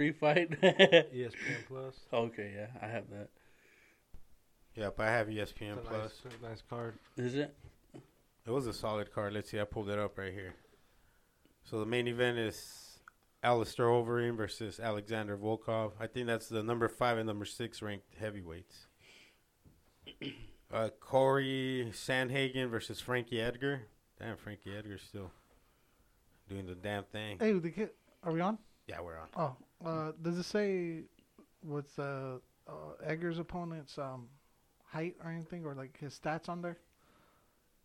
Free fight. ESPN Plus. okay, yeah, I have that. Yep, I have E E ESPN It's a Plus. nice, a nice card. Is it? It was a solid card. Let's see, I pulled it up right here. So the main event is Alistair Overeem versus Alexander Volkov. I think that's the number five and number six ranked heavyweights. Uh, Corey Sandhagen versus Frankie Edgar. Damn, Frankie Edgar's still doing the damn thing. Hey, the kid, are we on? Yeah, we're on. Oh, uh, does it say what's uh, uh, Edgar's opponent's um, height or anything, or like his stats on there?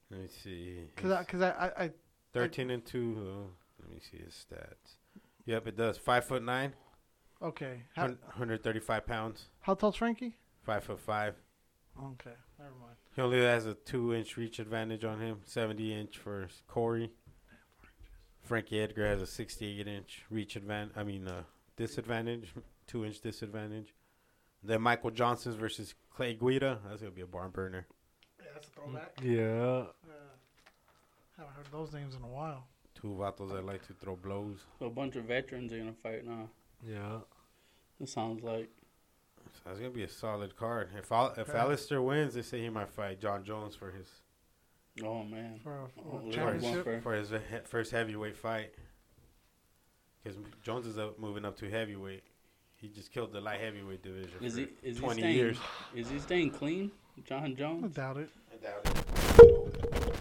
Let me see. Because I, He's cause I, I, I, 13 and 2. though. Let me see his stats. Yep, it does. 5 foot 9, okay. How, 135 pounds, how tall's Frankie? 5 foot 5. Okay, never mind. He only has a two inch reach advantage on him, 70 inch for Corey. Frankie Edgar has a 68 inch reach advantage, I mean, uh, disadvantage, two inch disadvantage. Then Michael Johnson's versus Clay Guida. That's going to be a barn burner. Yeah, that's a Mm. throwback. Yeah. Uh, haven't heard those names in a while. Two vatos that like to throw blows. A bunch of veterans are gonna fight now. Yeah. It sounds like. So that's going to be a solid card. If Al- if Yeah. Alistair wins, they say he might fight John Jones for his Oh man. For a, for Oh, a Lord, championship. Bumper. for his he- first heavyweight fight. Because Jones is up, moving up to heavyweight. He just killed the light heavyweight division. Is for he is he 20 staying years. is he staying clean, John I Jones? doubt it. I doubt it.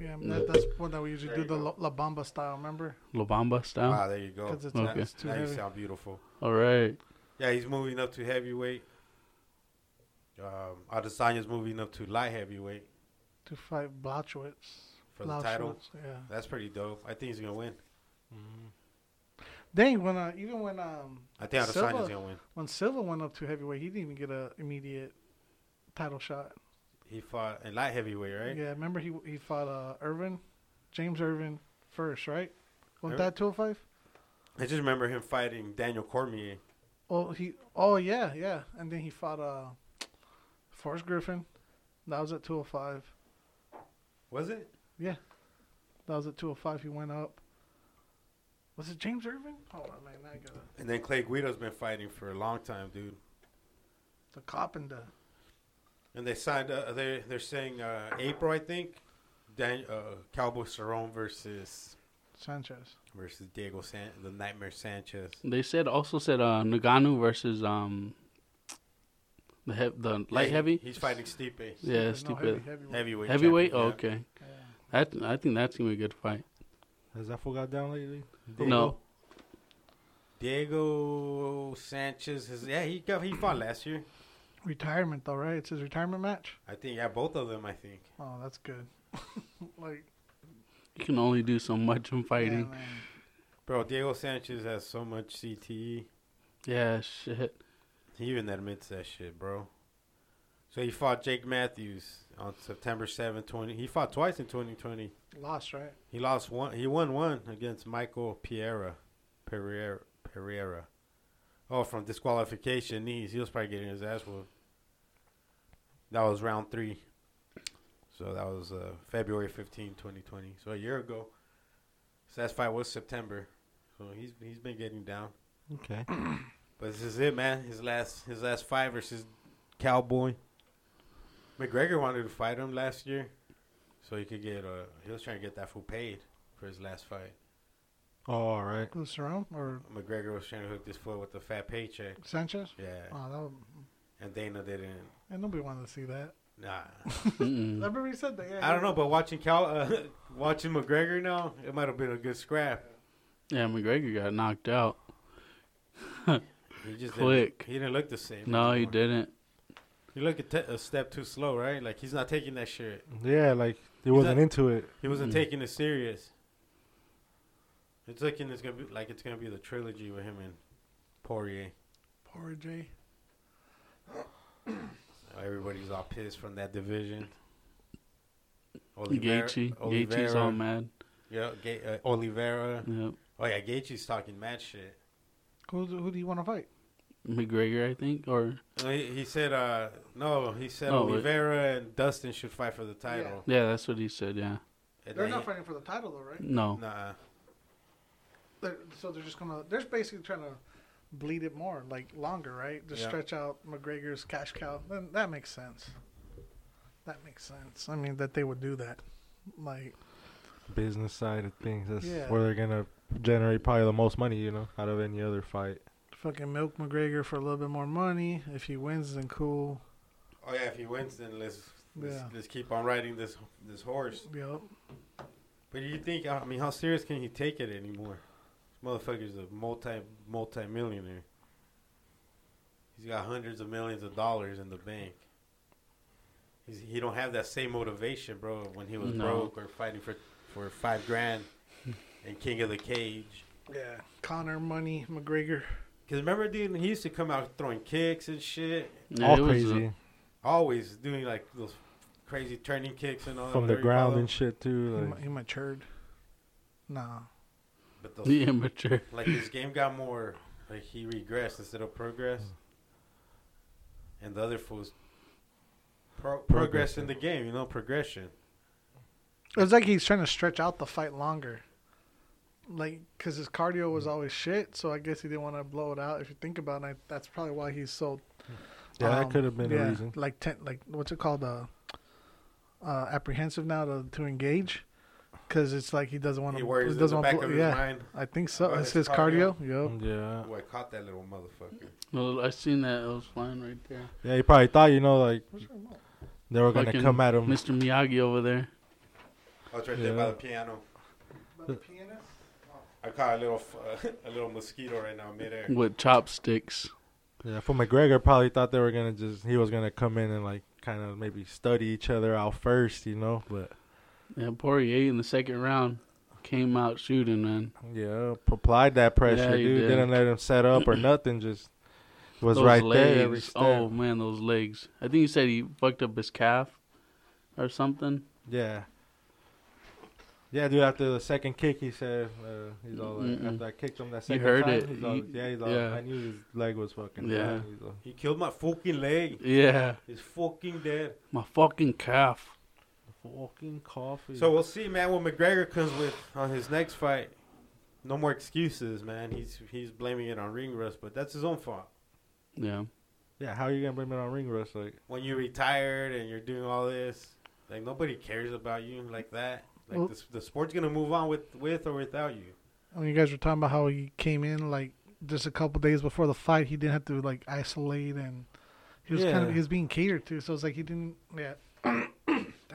Yeah, I Mm. mean, that, that's one that we usually do the La, La Bamba style. Remember? Lobamba style. Wow, Ah, there you go. 'Cause it's Now- Okay. too now you heavy. sound beautiful. All right. Yeah, he's moving up to heavyweight. Um, Adesanya's moving up to light heavyweight To fight Blachowicz. for the title. Blachowicz, Yeah. That's pretty dope. I think he's gonna win. Mm-hmm. Dang, when uh, even when um I think Silva- Adesanya's gonna win. when Silva went up to heavyweight, he didn't even get a immediate title shot. He fought in light heavyweight, right? Yeah, remember he he fought uh Irvin, James Irvin first, right? Was Irvin? that 205? I just remember him fighting Daniel Cormier. Oh, he oh yeah, yeah. And then he fought uh Forrest Griffin. That was at 205. Was it? That was at 205 he went up. Was it James Irvin? Hold on, man. I got to And then Clay Guido's been fighting for a long time, dude. the Coppenda. And they signed. Uh, they they're saying uh, April, I think. Dan, uh, Cowboy Cerrone versus Sanchez. versus Diego San, the Nightmare Sanchez. They said also said uh Nagano versus um the he- the light Yeah, heavy. He's fighting Stipe. Yeah, Stupid, no, stupid. heavy, heavyweight. Heavyweight. Heavyweight. champion, Oh, yeah. okay. Yeah. That I think that's gonna be a good fight. Has that fool got down lately? No. Diego Sanchez is yeah he got he fought last year. Retirement though, right? It's his retirement match. I think yeah both of them I think. Oh, that's good. like You can only do so much in yeah, fighting. man. Bro, Diego Sanchez has so much E. CTE. Yeah, shit. He even admits that shit, bro. So he fought Jake Matthews on September 7, 20. He fought twice in 2020. lost, right? He lost one. He won one against Michael Pereira. Pereira. Pereira. Oh, from disqualification knees. He was probably getting his ass whooped. That was round three. So that was uh, February 15, 2020. So a year ago. So that fight was September. So he's he's been getting down. Okay. But this is it, man. His last his last fight versus Cowboy. McGregor wanted to fight him last year, so he could get uh he was trying to get that fool paid for his last fight. All right. Who's around or McGregor was trying to hook this fool with a fat paycheck. Sanchez? Yeah, Oh, that would, and Dana didn't. and nobody wanted to see that. Nah, Mm. Mm-mm. Remember he said that. Yeah, I don't know, but watching Cal, uh, watching McGregor now, it might have been a good scrap. Yeah, McGregor got knocked out. He just Quick. Didn't, he didn't look the same. No, he anymore. didn't. He looked a, te- a step too slow, right? Like he's not taking that shit. Yeah, like he wasn't that- into it. He wasn't Mhm. taking it serious. It's looking it's gonna be like it's gonna be the trilogy with him and Poirier. Poor Jay. Everybody's all pissed from that division. Oliveira- Gaethje. Gaethje's Oliveira. all mad. Yeah, Ga- uh, Oliveira. Yep. Oh yeah, Gaethje's talking mad shit. Who do- who do you want to fight? McGregor, I think, or No, He, he said, uh, no, he said No, it- Oliveira and Dustin should fight for the title. yeah, that's what he said. Yeah. And They're then not he- fighting for the title though, Mm. right? No. Nah. They're, so they're just gonna they're basically trying to bleed it more, like longer, right? Just Yeah. stretch out McGregor's cash cow. Then that makes sense. That makes sense. I mean that they would do that. Like business side of things. That's Yeah. where they're gonna generate probably the most money, you know, out of any other fight. fucking milk McGregor for a little bit more money. If he wins, then cool. Oh yeah, if he wins, then let's let's, Yeah. let's keep on riding this this horse. Yup. But you think? I mean, how serious can he take it anymore? This motherfucker's a multi multi millionaire. He's got hundreds of millions of dollars in the bank. He's, he don't have that same motivation, bro. When he was No. broke or fighting for for five grand and King of the Cage. Yeah. Connor money McGregor. Cause remember, dude, he used to come out throwing kicks and shit. Yeah, All it was, uh, crazy Always doing like those crazy turning kicks and Oh, all from that. the ground and shit too. He, Like, ma- he matured. Nah. But those the immature. like his game got more like he regressed instead of progress and the other fools pro- progress in the game you know progression It's like he's trying to stretch out the fight longer. Like, because his cardio Mm. was always shit, so I guess he didn't want to blow it out. If you think about it, I- that's probably why he's so. yeah, um, that could have been yeah, a reason. Like, ten, like what's it called? Uh, uh, apprehensive now to, to engage, because it's like he doesn't want he to. worries in doesn't the want back to. of his Yeah, mind I think so. about it's his his cardio. Yup. Yeah, oh i caught that little motherfucker Well, I seen that. It was flying right there. yeah. He probably thought, you know, like Where's your remote? they were gonna Fucking come at him. Mr. Miyagi over there. i was right there by Yeah. the piano The pianist? i caught a little f- a little mosquito right now midair with chopsticks. Yeah, for McGregor, probably thought they were gonna just he was gonna come in and like kind of maybe study each other out first, you know. But Yeah, Poirier in the second round came out shooting, man. yeah, applied that pressure, Yeah, he dude. did. Did. not let him set up or nothing. Just was those right legs. there every step. Oh man, those legs. I think he said he fucked up his calf or something. Yeah. Yeah, dude. After the second kick, he said uh, he's all like, Mm-mm. after I kicked him that second heard time, it. he's all, You- yeah, he's all, yeah. I knew his leg was fucking. Yeah. bad." He's all, he killed my fucking leg Yeah, he's fucking dead my fucking calf. fucking coffee. so we'll see man what mcgregor comes with on his next fight no more excuses man he's he's blaming it on ring rust but that's his own fault Yeah, yeah, how are you gonna blame it on ring rust? Like, when you're retired and you're doing all this, like nobody cares about you like that. Like Well- the, the sport's gonna move on with with or without you. when you guys were talking about how he came in like just a couple days before the fight, he didn't have to like isolate and he was kind of Yeah. he was being catered to, so it's like he didn't. Yeah, Damn.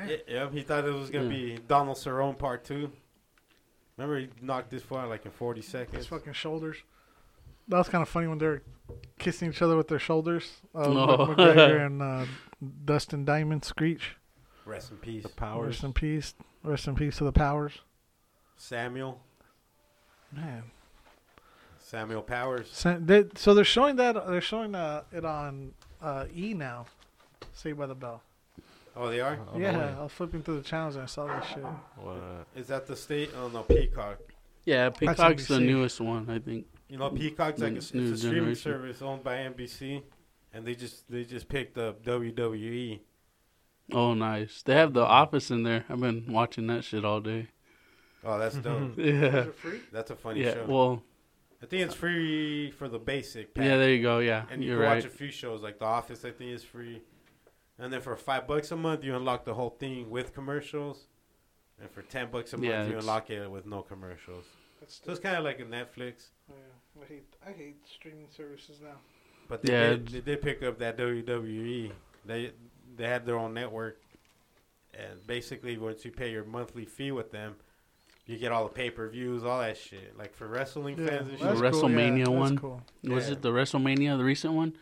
Yeah, yeah, he thought it was gonna be Donald Cerrone part two. Remember, he knocked this far like in 40 his seconds. fucking shoulders. That was kind of funny when they were kissing each other with their shoulders. Uh, No. Mc- McGregor and uh, Dustin Diamond Screech. Rest in peace, the powers. Rest in peace. Rest in peace to the powers. Samuel. Man, Samuel Powers. so, they, so they're showing that they're showing uh, it on uh, E now. Saved by the Bell. Oh, they are. Oh, yeah, boy. I was flipping through the channels and I saw this shit. What? Is that the state? Oh no, Peacock. yeah. Peacock's the NBC. newest one, I think. You know, Peacock's like a, it's New a streaming generation. service owned by NBC, and they just they just picked up E. WWE. Oh, nice. They have the office in there. I've been watching that shit all day. Oh, that's dope. Yeah, free? that's a funny yeah. show. Well, I think it's free for the basic. Pack. yeah. There you go. Yeah, and you you're can right. watch a few shows like The Office. I think is free, and then for five bucks a month you unlock the whole thing with commercials, and for ten bucks a month Yeah, you it's- unlock it with no commercials. That's So it's kind of like a Netflix, I hate I hate streaming services now. but they Yeah, did, it's- they did pick up that WWE. They they had their own network, and basically once you pay your monthly fee with them, you get all the pay per views, all that shit. Like for wrestling fans and well, shit. The WrestleMania one? Cool. Was Yeah. it the WrestleMania, the recent one?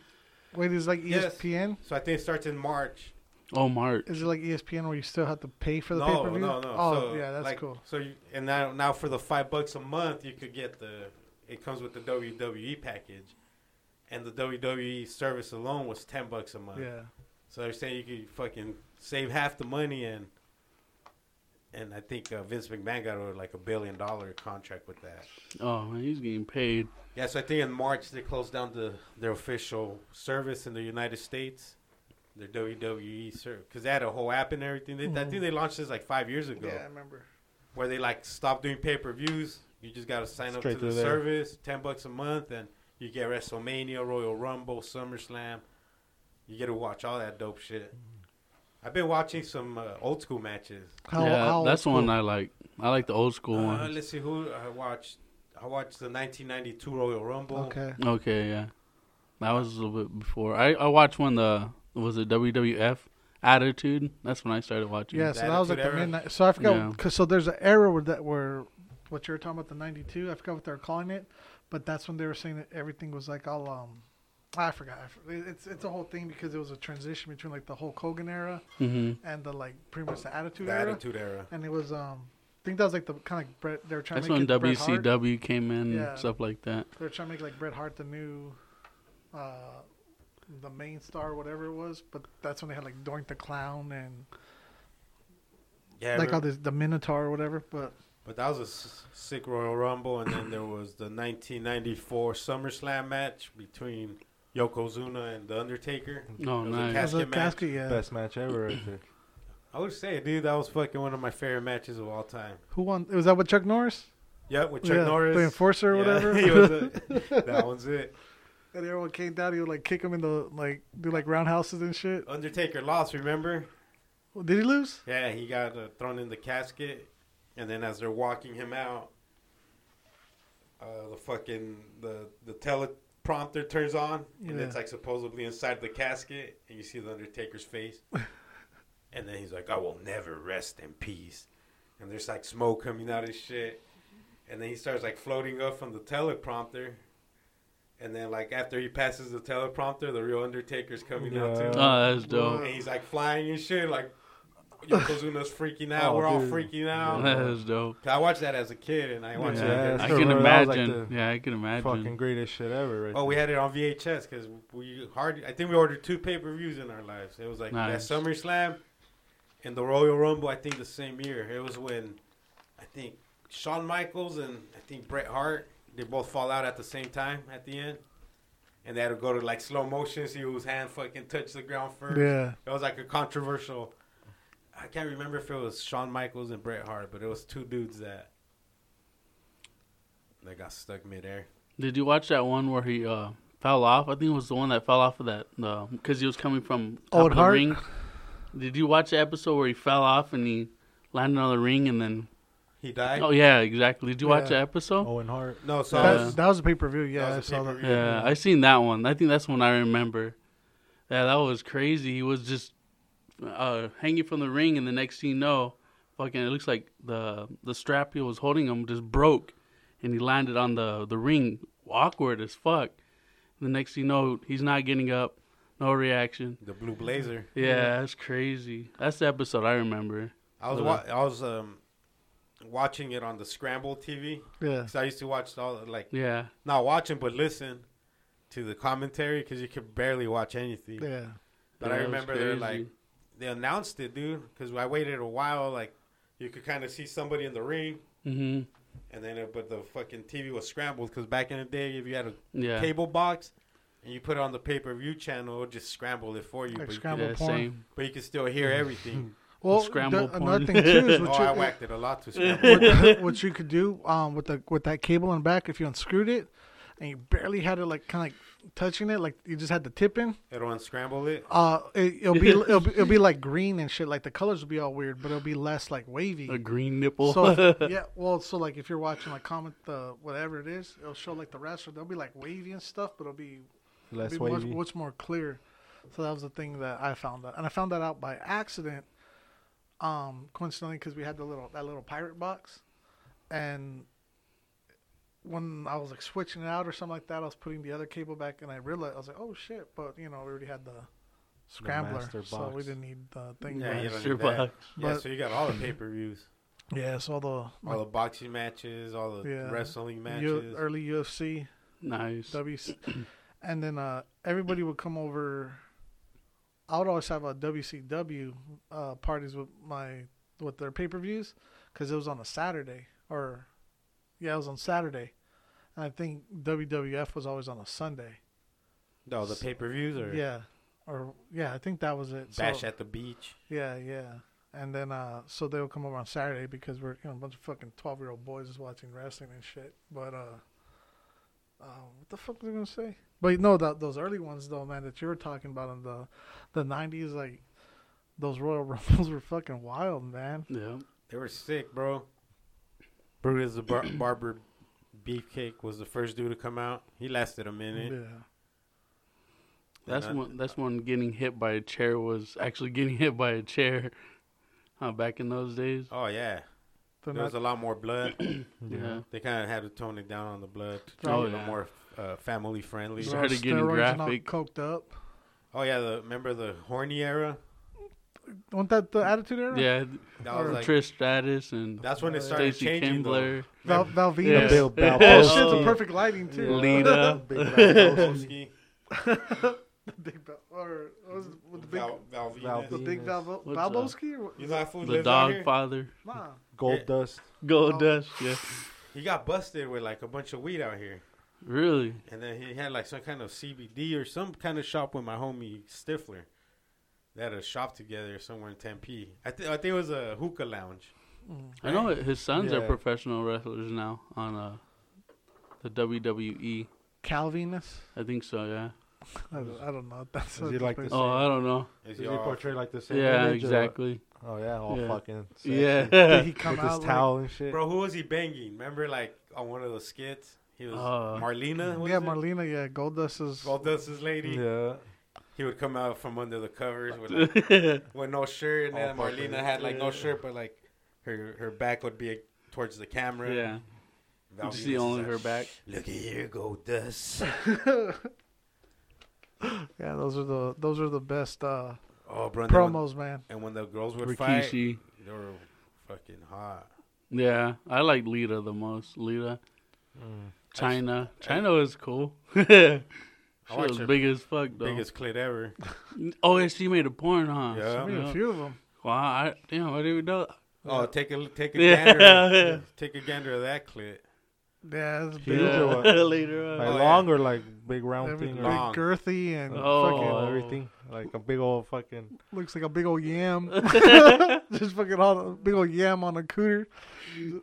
Wait, is it like E Yes. ESPN? So I think it starts in March. Oh, March. Is it like E ESPN where you still have to pay for the no, pay per view? No, no, Oh, So, yeah, that's like, cool. So you, and now now for the five bucks a month, you could get the it comes with the WWE package, and the WWE service alone was ten bucks a month. Yeah, So they're saying you could fucking save half the money and. And I think uh, Vince McMahon got over like a billion dollar contract with that. Oh man, he's getting paid. Yeah, so I think in March they closed down the their official service in the United States, their WWE service, because E they had a whole app and everything. They, I Mhm. think they launched this like five years ago. yeah, I remember. where they like stop doing pay per views. You just gotta sign Straight up to the through there. service, ten bucks a month, and you get WrestleMania, Royal Rumble, SummerSlam. You get to watch all that dope shit. Mm-hmm. I've been watching some uh, old school matches. How, yeah, how that's old one I like. I like the old school Uh, ones. let's see who I watched. I watched the 1992 Royal Rumble. school? Okay. Okay, yeah, that was a little bit before. I I watched when the was it WWF Attitude. That's when I started watching. Yeah, so that was like Attitude the Era. midnight. So I forgot. Yeah. Cause so there's an era where that where what you were talking about the '92. I forgot what they were calling it, but that's when they were saying that everything was like all um. I forgot. I for- it- It's it's a whole thing because it was a transition between like the Hulk Hogan era hmm and the like pretty much the Attitude The era, Attitude Era. and it was um. I think that was like the kind of like Bret they were trying That's to when make it Bret Hart. WCW came in Yeah. and stuff like that. They were trying to make like Bret Hart the new, uh, the main star, or whatever it was. But that's when they had like Doink the Clown and Yeah, like re- all this the Minotaur or whatever. But but that was a s- sick Royal Rumble, and then there was the 1994 SummerSlam match between Yokozuna and The Undertaker. Oh, It was a nice. cat- As a Casket match. casket, yeah. Best match ever right there. I would say, dude, that was fucking one of my favorite matches of all time. Who won? Was that with Chuck Norris? Yeah, with Chuck Yeah, Norris, the enforcer or Yeah, whatever. he was a- that one's it. And everyone came down. He would like kick him in the like do like roundhouses and shit. Undertaker lost, remember? Well, did he lose? Yeah, he got uh, thrown in the casket, and then as they're walking him out, uh, the fucking the the teleprompter turns on, and Yeah. it's like supposedly inside the casket, and you see the Undertaker's face, and then he's like, "I will never rest in peace," and there's like smoke coming out of his shit, and then he starts like floating up from the teleprompter. And then, like after he passes the teleprompter, the real Undertaker's coming out Yeah. too. Oh, that's dope. And he's like flying and shit. Like Yokozuna's freaking out. Oh, We're all dude. freaking out. That is dope. 'Cause I watched that as a kid, and I watched Yeah, it. I that's as- the can road. That was like imagine. the yeah, I can imagine. Fucking greatest shit ever right Oh, we had it on VHS because we hard. I think we ordered two pay per views in our lives. It was like Nice. that SummerSlam and the Royal Rumble. I think the same year. It was when I think Shawn Michaels and I think Bret Hart they both fall out at the same time at the end, and they had to go to like slow motion see whose hand fucking touched the ground first. Yeah. It was like a controversial. I can't remember if it was Shawn Michaels and Bret Hart, but it was two dudes that that got stuck midair. Did you watch that one where he uh, fell off? I think it was the one that fell off of that because he was coming from top Owen of the Hart? ring. Did you watch the episode where he fell off and he landed on the ring and then? He died. oh yeah, exactly. Did you watch the Yeah. episode? Owen Hart. No, so Yeah. I That, was, that was a pay per view. Yeah, was I a saw that. pay-per-view. Yeah, I seen that one. I think that's one I remember. Yeah, that was crazy. He was just uh, hanging from the ring, and the next thing you know, fucking, it looks like the the strap he was holding him just broke, and he landed on the the ring, awkward as fuck. The next thing you know, he's not getting up, no reaction. the Blue Blazer. Yeah, that's crazy. That's the episode I remember. I was Okay. wa- I was um watching it on the Scramble TV Yeah. because I used to watch all like Yeah, not watching but listen to the commentary because you could barely watch anything. Yeah. Yeah, But I that was remember they're crazy. like they announced it, dude, because I waited a while. Like you could kind of see somebody in the ring. hmm And then, it, but the fucking TV was scrambled because back in the day, if you had a yeah, cable box and you put it on the pay per view channel, it would just scramble it for you. Like But you, could, scramble- yeah, Scrambled porn. same. but you could still hear everything. Well, Scramble the- another porn. thing too is oh, what you, I whacked it a lot to scramble. what, what you could do um, with the with that cable in the back if you unscrewed it and you barely had it like kind of like touching it like you just had the tip in It'll unscramble it. uh it, it'll be it'll be, it'll be like green and shit like the colors will be all weird but it'll be less like wavy A green nipple. So if- yeah, well, so like if you're watching like comment the whatever it is, it'll show like the wrestler. They'll be like wavy and stuff, but it'll be, it'll Less be much, wavy. much more clear. So that was the thing that I found out, and I found that out by accident, um, coincidentally because we had the little that little pirate box, and when I was like switching it out or something like that, I was putting the other cable back, and I realized I was like, oh shit! But you know, we already had the scrambler, master so we box. didn't need the thing. Yeah, back. you don't Master need that. box. yeah, But- so you got all the pay per views, yeah. So all the all the boxing matches, all the Yeah. wrestling U- matches. early UFC. nice. WC, and then uh, everybody would come over. I would always have uh, a WCW uh, parties with my with their pay per views because it was on a Saturday or yeah, it was on Saturday, and I think WWF was always on a Sunday. no, the pay per views or Yeah, or yeah, I think that was it. So- Bash at the Beach. yeah, yeah. And then uh, so they'll come over on Saturday because we're you know a bunch of fucking twelve year old boys is watching wrestling and shit. But uh, uh, what the fuck was I gonna say? But no, that those early ones though, man, that you were talking about in the the nineties, like those Royal Rumbles were fucking wild, man. Yeah. They were sick, bro. Brutus the bar- barber beefcake was the first dude to come out. He lasted a minute. Yeah. That's And I- one. That's one. Getting hit by a chair was actually getting hit by a chair. Huh, back in those days. Oh yeah, Then there was a that- lot more blood. Yeah. they kind of had to tone it down on the blood to try Oh, it a yeah. little more uh, family friendly. Sure. started getting steroids and all graphic. coked up. Oh yeah, the, remember the horny era? Wasn't that the Attitude Era? Yeah. That was like Trish Stratus and that's when it started Stacy changing. though. Kimbler, Val, Yeah. Valvina. Bill Yeah. That Oh. Balboa. shit's a perfect lighting too. Lita. Big Balboa. Volsky, Big Bal- or what was it, with the big Val, Valvinus. the Val- big Balbo- What's, uh, Balboski or what? You know that fool the lives out Dog here? Father, Nah. Gold Dust. Gold Oh. Dust. Yeah. He got busted with like a bunch of weed out here, Really. and then he had like some kind of CBD or some kind of shop with my homie Stifler. They had a shop together somewhere in Tempe. I, th- I think it was a hookah lounge. I know it- his sons are Yeah. professional wrestlers now on uh, the WWE. Calvinus. I think so. Yeah. I don't, I don't know. if That's Is he like this? Oh, I don't know. Is Is he he all- portrayed like the same? yeah. image or- Exactly. Oh yeah, all Yeah. fucking. Sexy. Did Yeah. he come With out his like- towel and shit. Bro, who was he banging? Remember, like on one of those skits, he was Uh, Marlena. was yeah, it? Marlena. Yeah, Goldust is. Goldust's lady. Oh, Yeah. He would come out from under the covers with, like, with no shirt, Oh, and then All fucking- Marlena had like no shirt, but like her her back would be towards the camera. yeah. You Valvinus see is only like, her back. Look at here, Goldust. Yeah, those are the those are the best uh, oh, bro. and then when- promos, man. And when the girls would fight, Rikishi. they were fucking hot. Yeah, I like Lita the most. Lita, Mm. China. China was cool. she watched was her big as fuck though. Biggest clit ever. Oh yeah, she made a porn, huh? Yeah. I mean, a few of them. Wow. I, damn, I didn't even know. Oh, take a take a Yeah. gander. Yeah. Take a gander of that clit. Yeah, it's Huge big, Yeah. or what? Later Like on. Oh, long or like big round every- thing big or Long. girthy and Oh. fucking everything. Like a big old fucking. fucking looks like a big old yam. Just fucking all a big old yam on a cooter.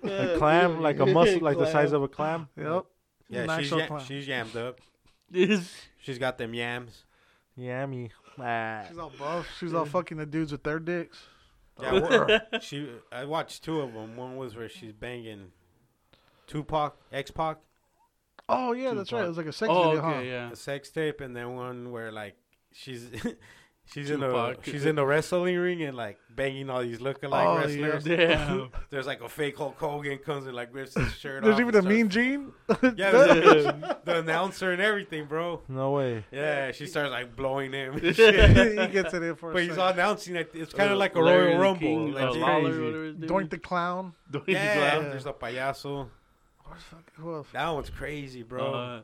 A clam, like a mussel, like the size of a clam. Yep. Yeah, An she's actual ya- clown. she's yammed up. She's got them yams. Yummy. Ah. She's all buff. She's all fucking the dudes with their dicks. Yeah, wha- she. I watched two of them. One was where she's banging Tupac, X Pac, Oh yeah, that's right. It was like a sex oh, video, okay, yeah. a sex tape, and then one where like she's. She's Tupac. in a she's in a wrestling ring and like banging all these lookalike Oh, yeah. wrestlers. Damn. There's like a fake Hulk Hogan comes and like rips his shirt huh? There's off. even and a starts- mean gene. Yeah, there's a- the announcer and everything, bro. No way. Yeah, she starts like blowing him. and he shit. gets it in for But a he's second. announcing it. It's kind of like a Uh, Larry Royal the Rumble. King, like, uh, they- Lawler, crazy. whatever his name Doink is. the clown. Doink the yeah, Clown. Yeah. there's a payaso. Where's fuck- Who else? That one's crazy, bro. Uh,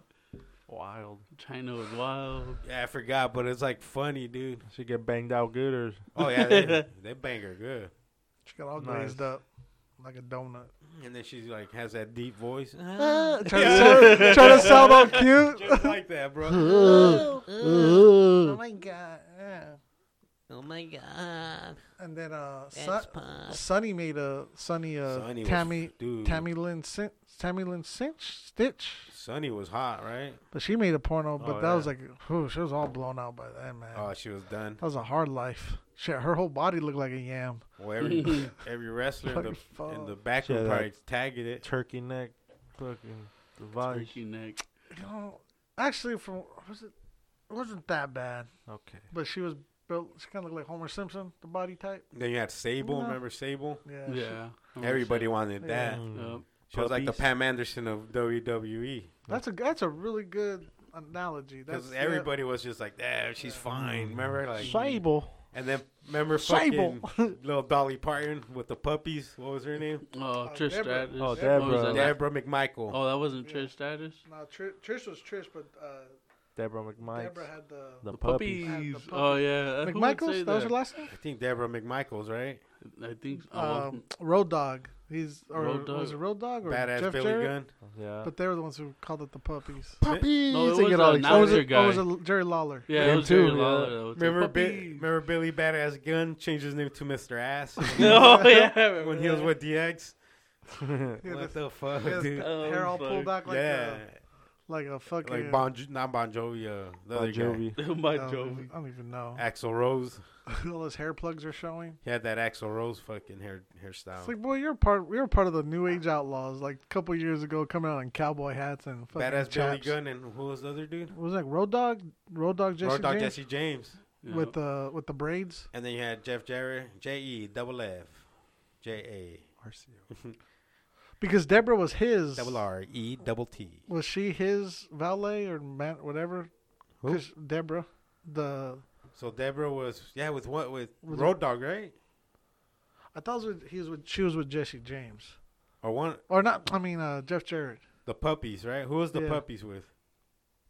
wild. China was wild. yeah, I forgot, but it's like funny, dude. She get banged out good or Oh yeah, they, they bang her good. She got all Nice. glazed up like a donut. And then she's like has that deep voice, Uh, Ah, trying, to sound, trying to sound all cute. just like that, bro. Oh my god. Oh my god. And then uh, Sun, That's pop. Sunny made a Sunny uh Sonny was- Tammy dude. Tammy Lynn Sin- Tammy Lynn Cinch Stitch, Sunny was hot, right? but she made a porno. But Oh, that yeah. was like, whew, she was all blown out by that man. Oh, she was done. that was a hard life. Shit, her whole body looked like a yam. Well, every every wrestler in the, in the back Shut room up. probably tagged it. turkey neck, fucking device. Turkey neck. You know, actually, from was it, it wasn't that bad. Okay. But she was built. She kind of looked like Homer Simpson, the body type. Then you had Sable. No. Remember Sable? Yeah. she- Yeah. Everybody wanted that. Mm. Yep. She was like the Puppies. Pam Anderson of E. WWE. that's a that's a really good analogy. That's Because everybody was just like, "Eh, she's fine." Remember, like, Sable. and then remember Sable. fucking little Dolly Parton with the puppies. What was her name? Oh, Trish Deborah. Stratus. Oh, What was Deborah. that? Deborah McMichael. Oh, that wasn't Yeah. Trish Stratus? No, Trish, Trish was Trish, but uh, Deborah McMike. Deborah had the. The, The puppies. puppies. And the Oh, yeah. Who would say McMichaels, that was her last name. I think Deborah McMichael's right. I think so. Uh, Road Dog. He's or Road was Dogg. it Road Dog or Badass Jeff Billy Jarrett? Gunn. Yeah. But they were the ones who called it the puppies. Puppies. No, it they was get a all Oh, was Another it, oh, was guy. it Jerry Lawler? Yeah, Him it was too, Jerry yeah. Lawler. that was like, Remember, "Puppy." Bi- remember Billy Badass Gun changed his name to Mr. Ass oh yeah, I remember when he was that. with DX. excited. Yeah, what that's- the fuck, His dude? Oh, hair all fuck. pulled back like yeah, a like a fucking uh, like Bon, Jo- not Bon Jovi, uh, the Bon other guy, Jovi. Bon I don't Jovi. even- I don't even know. Axl Rose. All those hair plugs are showing. He had that Axl Rose fucking hair hairstyle. It's like, boy, you're part. You're part of the New Age Outlaws. Like a couple years ago, coming out in cowboy hats and fucking Badass Billy chaps. Gunn and who was the other dude? Was it like Road Dog? Road Dog Jesse Road Dog James Jesse James. Yeah. with the with the braids. And then you had Jeff Jarrett, J E double F, J Because Deborah was A his. double R E double T. Was she his valet or man, whatever? Who? Because Deborah, the So Deborah was yeah with what with Was it- Road Dog right I thought it was with, he was with she was with Jesse James or one or not? I mean uh, Jeff Jarrett. the puppies right? Who was the Yeah. puppies with?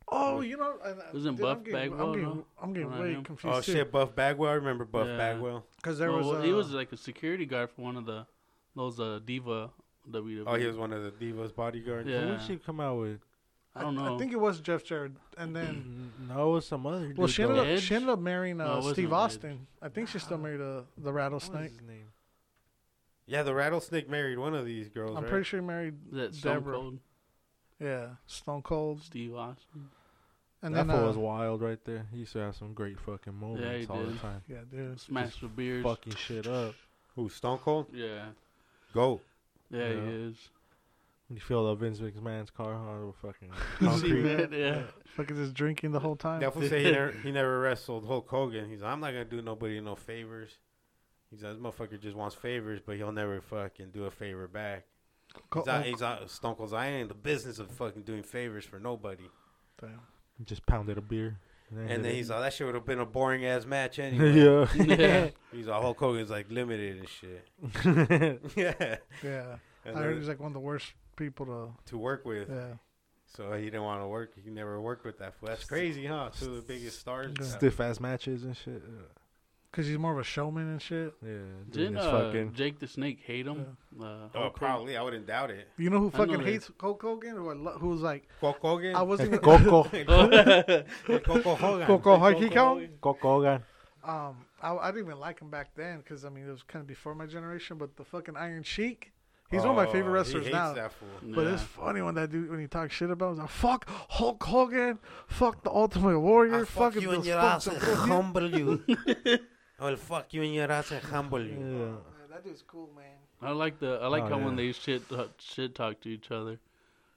Oh, you know, and, uh, Wasn't dude, I'm Buff getting- Bagwell, I'm getting, no? I'm getting Around way him? confused Oh shit, Buff Bagwell. I remember Buff Yeah. Bagwell. because there Well, was he uh, was like a security guard for one of the those uh, diva E. WWE. Oh, he was one of the Divas bodyguards. Yeah. Who did she come out with? I don't know. I think it was Jeff Jarrett, and then No, it was some other dude. well, she ended, though. up, Edge? she ended up marrying No, it uh, wasn't Steve Edge. Austin. I think she's still married to the What was rattlesnake. his name? Yeah, the rattlesnake married one of these girls. I'm right? pretty sure he married that Stone Deborah. Cold yeah Stone Cold, Steve Austin. and that then fool uh, was wild right there. He used to have some great fucking moments all the did. time. yeah, dude. Smash the beers. Fucking shit up. Who Stone Cold? Yeah. Go. Yeah, Yeah. he is. You feel the Vince McMahon's car on fucking See concrete. that? Yeah. Fucking just drinking the whole time. Definitely say he never, he never wrestled Hulk Hogan. He's like, I'm not gonna do nobody no favors. He's like, this motherfucker just wants favors, but he'll never fucking do a favor back. Co- He's out, oh, he's out, Stone Cold's like, I ain't in the business of fucking doing favors for nobody. damn. Just pounded a beer. And Mm-hmm. then he's like, that shit would have been a boring ass match anyway. yeah. yeah. He's like, Hulk Hogan's like limited and shit. yeah. Yeah, And I heard they're- he's like one of the worst people to work with. to. Yeah, So he didn't want to work. He never worked with that. fool. That's crazy, huh? Two of the biggest stars. Yeah. Stiff ass matches and shit. because he's more of a showman and shit. Yeah. doing Didn't his uh, fucking Jake the Snake hate him? Uh, Oh, Hulk Hogan? probably. I wouldn't doubt it. You know who I know fucking that. hates Hulk Hogan? Who, I lo- who was like, Hulk Hogan. I wasn't. even- Coco Coco Hogan. Coco Hulk Hogan? Coco Hogan. Um, I, I didn't even like him back then because I mean it was kind of before my generation. But the fucking Iron Sheik, he's one of my favorite Oh, wrestlers he hates now. That fool. But it's funny when that dude when he talks shit about him, he's like fuck Hulk Hogan, fuck the Ultimate Warrior, fucking those fucking- humble you. I will fuck you in your ass and humble Yeah. Man, that dude's cool, man. I like the I like Oh, how when yeah. they shit uh, shit talk to each other,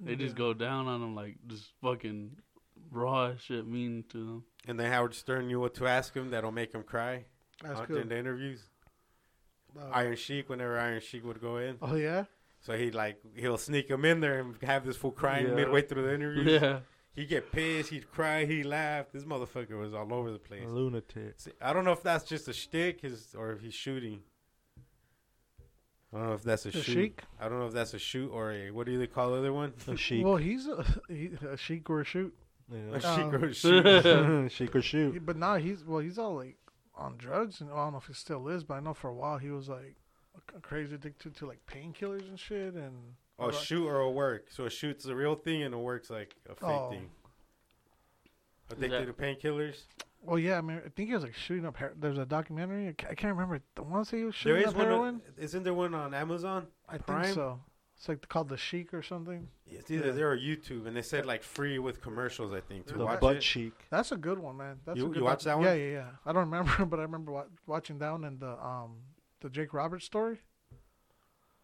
they just go down on them like just fucking raw shit mean to them. And then Howard Stern knew what to ask him that'll make him cry That's out cool. in the interviews. Uh, Iron Sheik, whenever Iron Sheik would go in, oh yeah, so he'd like he'll sneak him in there and have this fool crying Yeah. midway through the interview. Yeah, He get pissed, he'd cry, he laughed. This motherfucker was all over the place. Lunatic. See, I don't know if that's just a shtick, his or if he's shooting. I don't know if that's a the shoot. Sheik. I don't know if that's a shoot or a what do they call the other one? A sheik. Well, he's a, he, a Sheik or a shoot, Yeah. A sheik Um, or a shoot. she could He- shoot. but now he's well, he's all like on drugs, and I don't know if he still is, but I know for a while he was like a- a crazy addicted to like painkillers and shit, and Oh, Right. shoot or a work. So a shoot's a real thing and a work's like a fake Oh. thing. Addicted to painkillers. Well, yeah, I mean, I think he was like shooting up. Her- There's a documentary. I ca- I can't remember. The one say he was There shooting is up one. on- heroin. isn't there one on Amazon? I think Prime? so. It's like called the Sheik or something. It's either there or YouTube, and they said like free with commercials. I think to The watch butt it. cheek. That's a good one, man. That's You- a good you watched that one? Yeah, yeah, yeah. I don't remember, but I remember wa- watching down in the um the Jake Roberts story.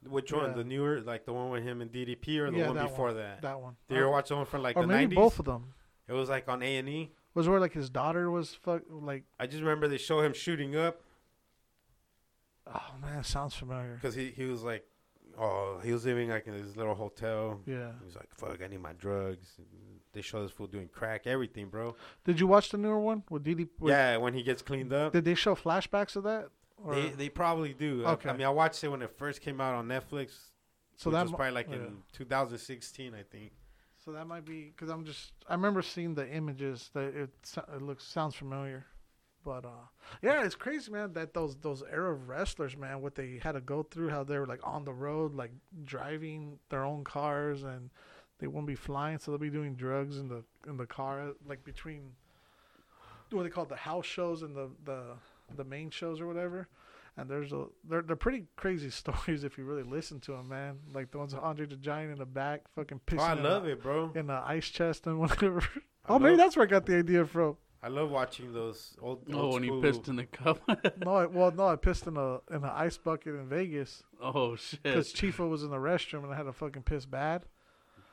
Which one? Yeah. The newer, like the one with him and DDP, or the Yeah, one that before that? That one. Did you ever watch the one from like or the nineties? maybe both of them. It was like on A and E. Was where like his daughter was fuck like. I just remember they show him shooting up Oh man, that sounds familiar. because he he was like, oh, he was living like in this little hotel. Yeah. He was like, fuck, I need my drugs. And they show this fool doing crack, everything, bro. Did you watch the newer one with DD? with- yeah, when he gets cleaned up. Did they show flashbacks of that? Or, They, they probably do. I- Okay. I, mean, I watched it when it first came out on Netflix. so which that was mu- probably like yeah. in 2016, I think. So that might be because I'm just I remember seeing the images that it, so- it looks sounds familiar. But uh, yeah, it's crazy, man. That those those era of wrestlers, man, what they had to go through, how they were like on the road, like driving their own cars, and they wouldn't be flying, so they'll be doing drugs in the in the car, like between what they call the house shows and the the the main shows or whatever. And there's a they're they're pretty crazy stories if you really listen to them, man. Like the ones of Andre the Giant in the back, fucking pissing. Oh, I in the- love it, bro. in the ice chest and whatever. I oh, maybe love- that's where I got the idea from. I love watching those old. Oh, old when he school- pissed in the cup. No, I, well, no, I pissed in a in an ice bucket in Vegas oh shit. because Chifa was in the restroom and I had to fucking piss bad.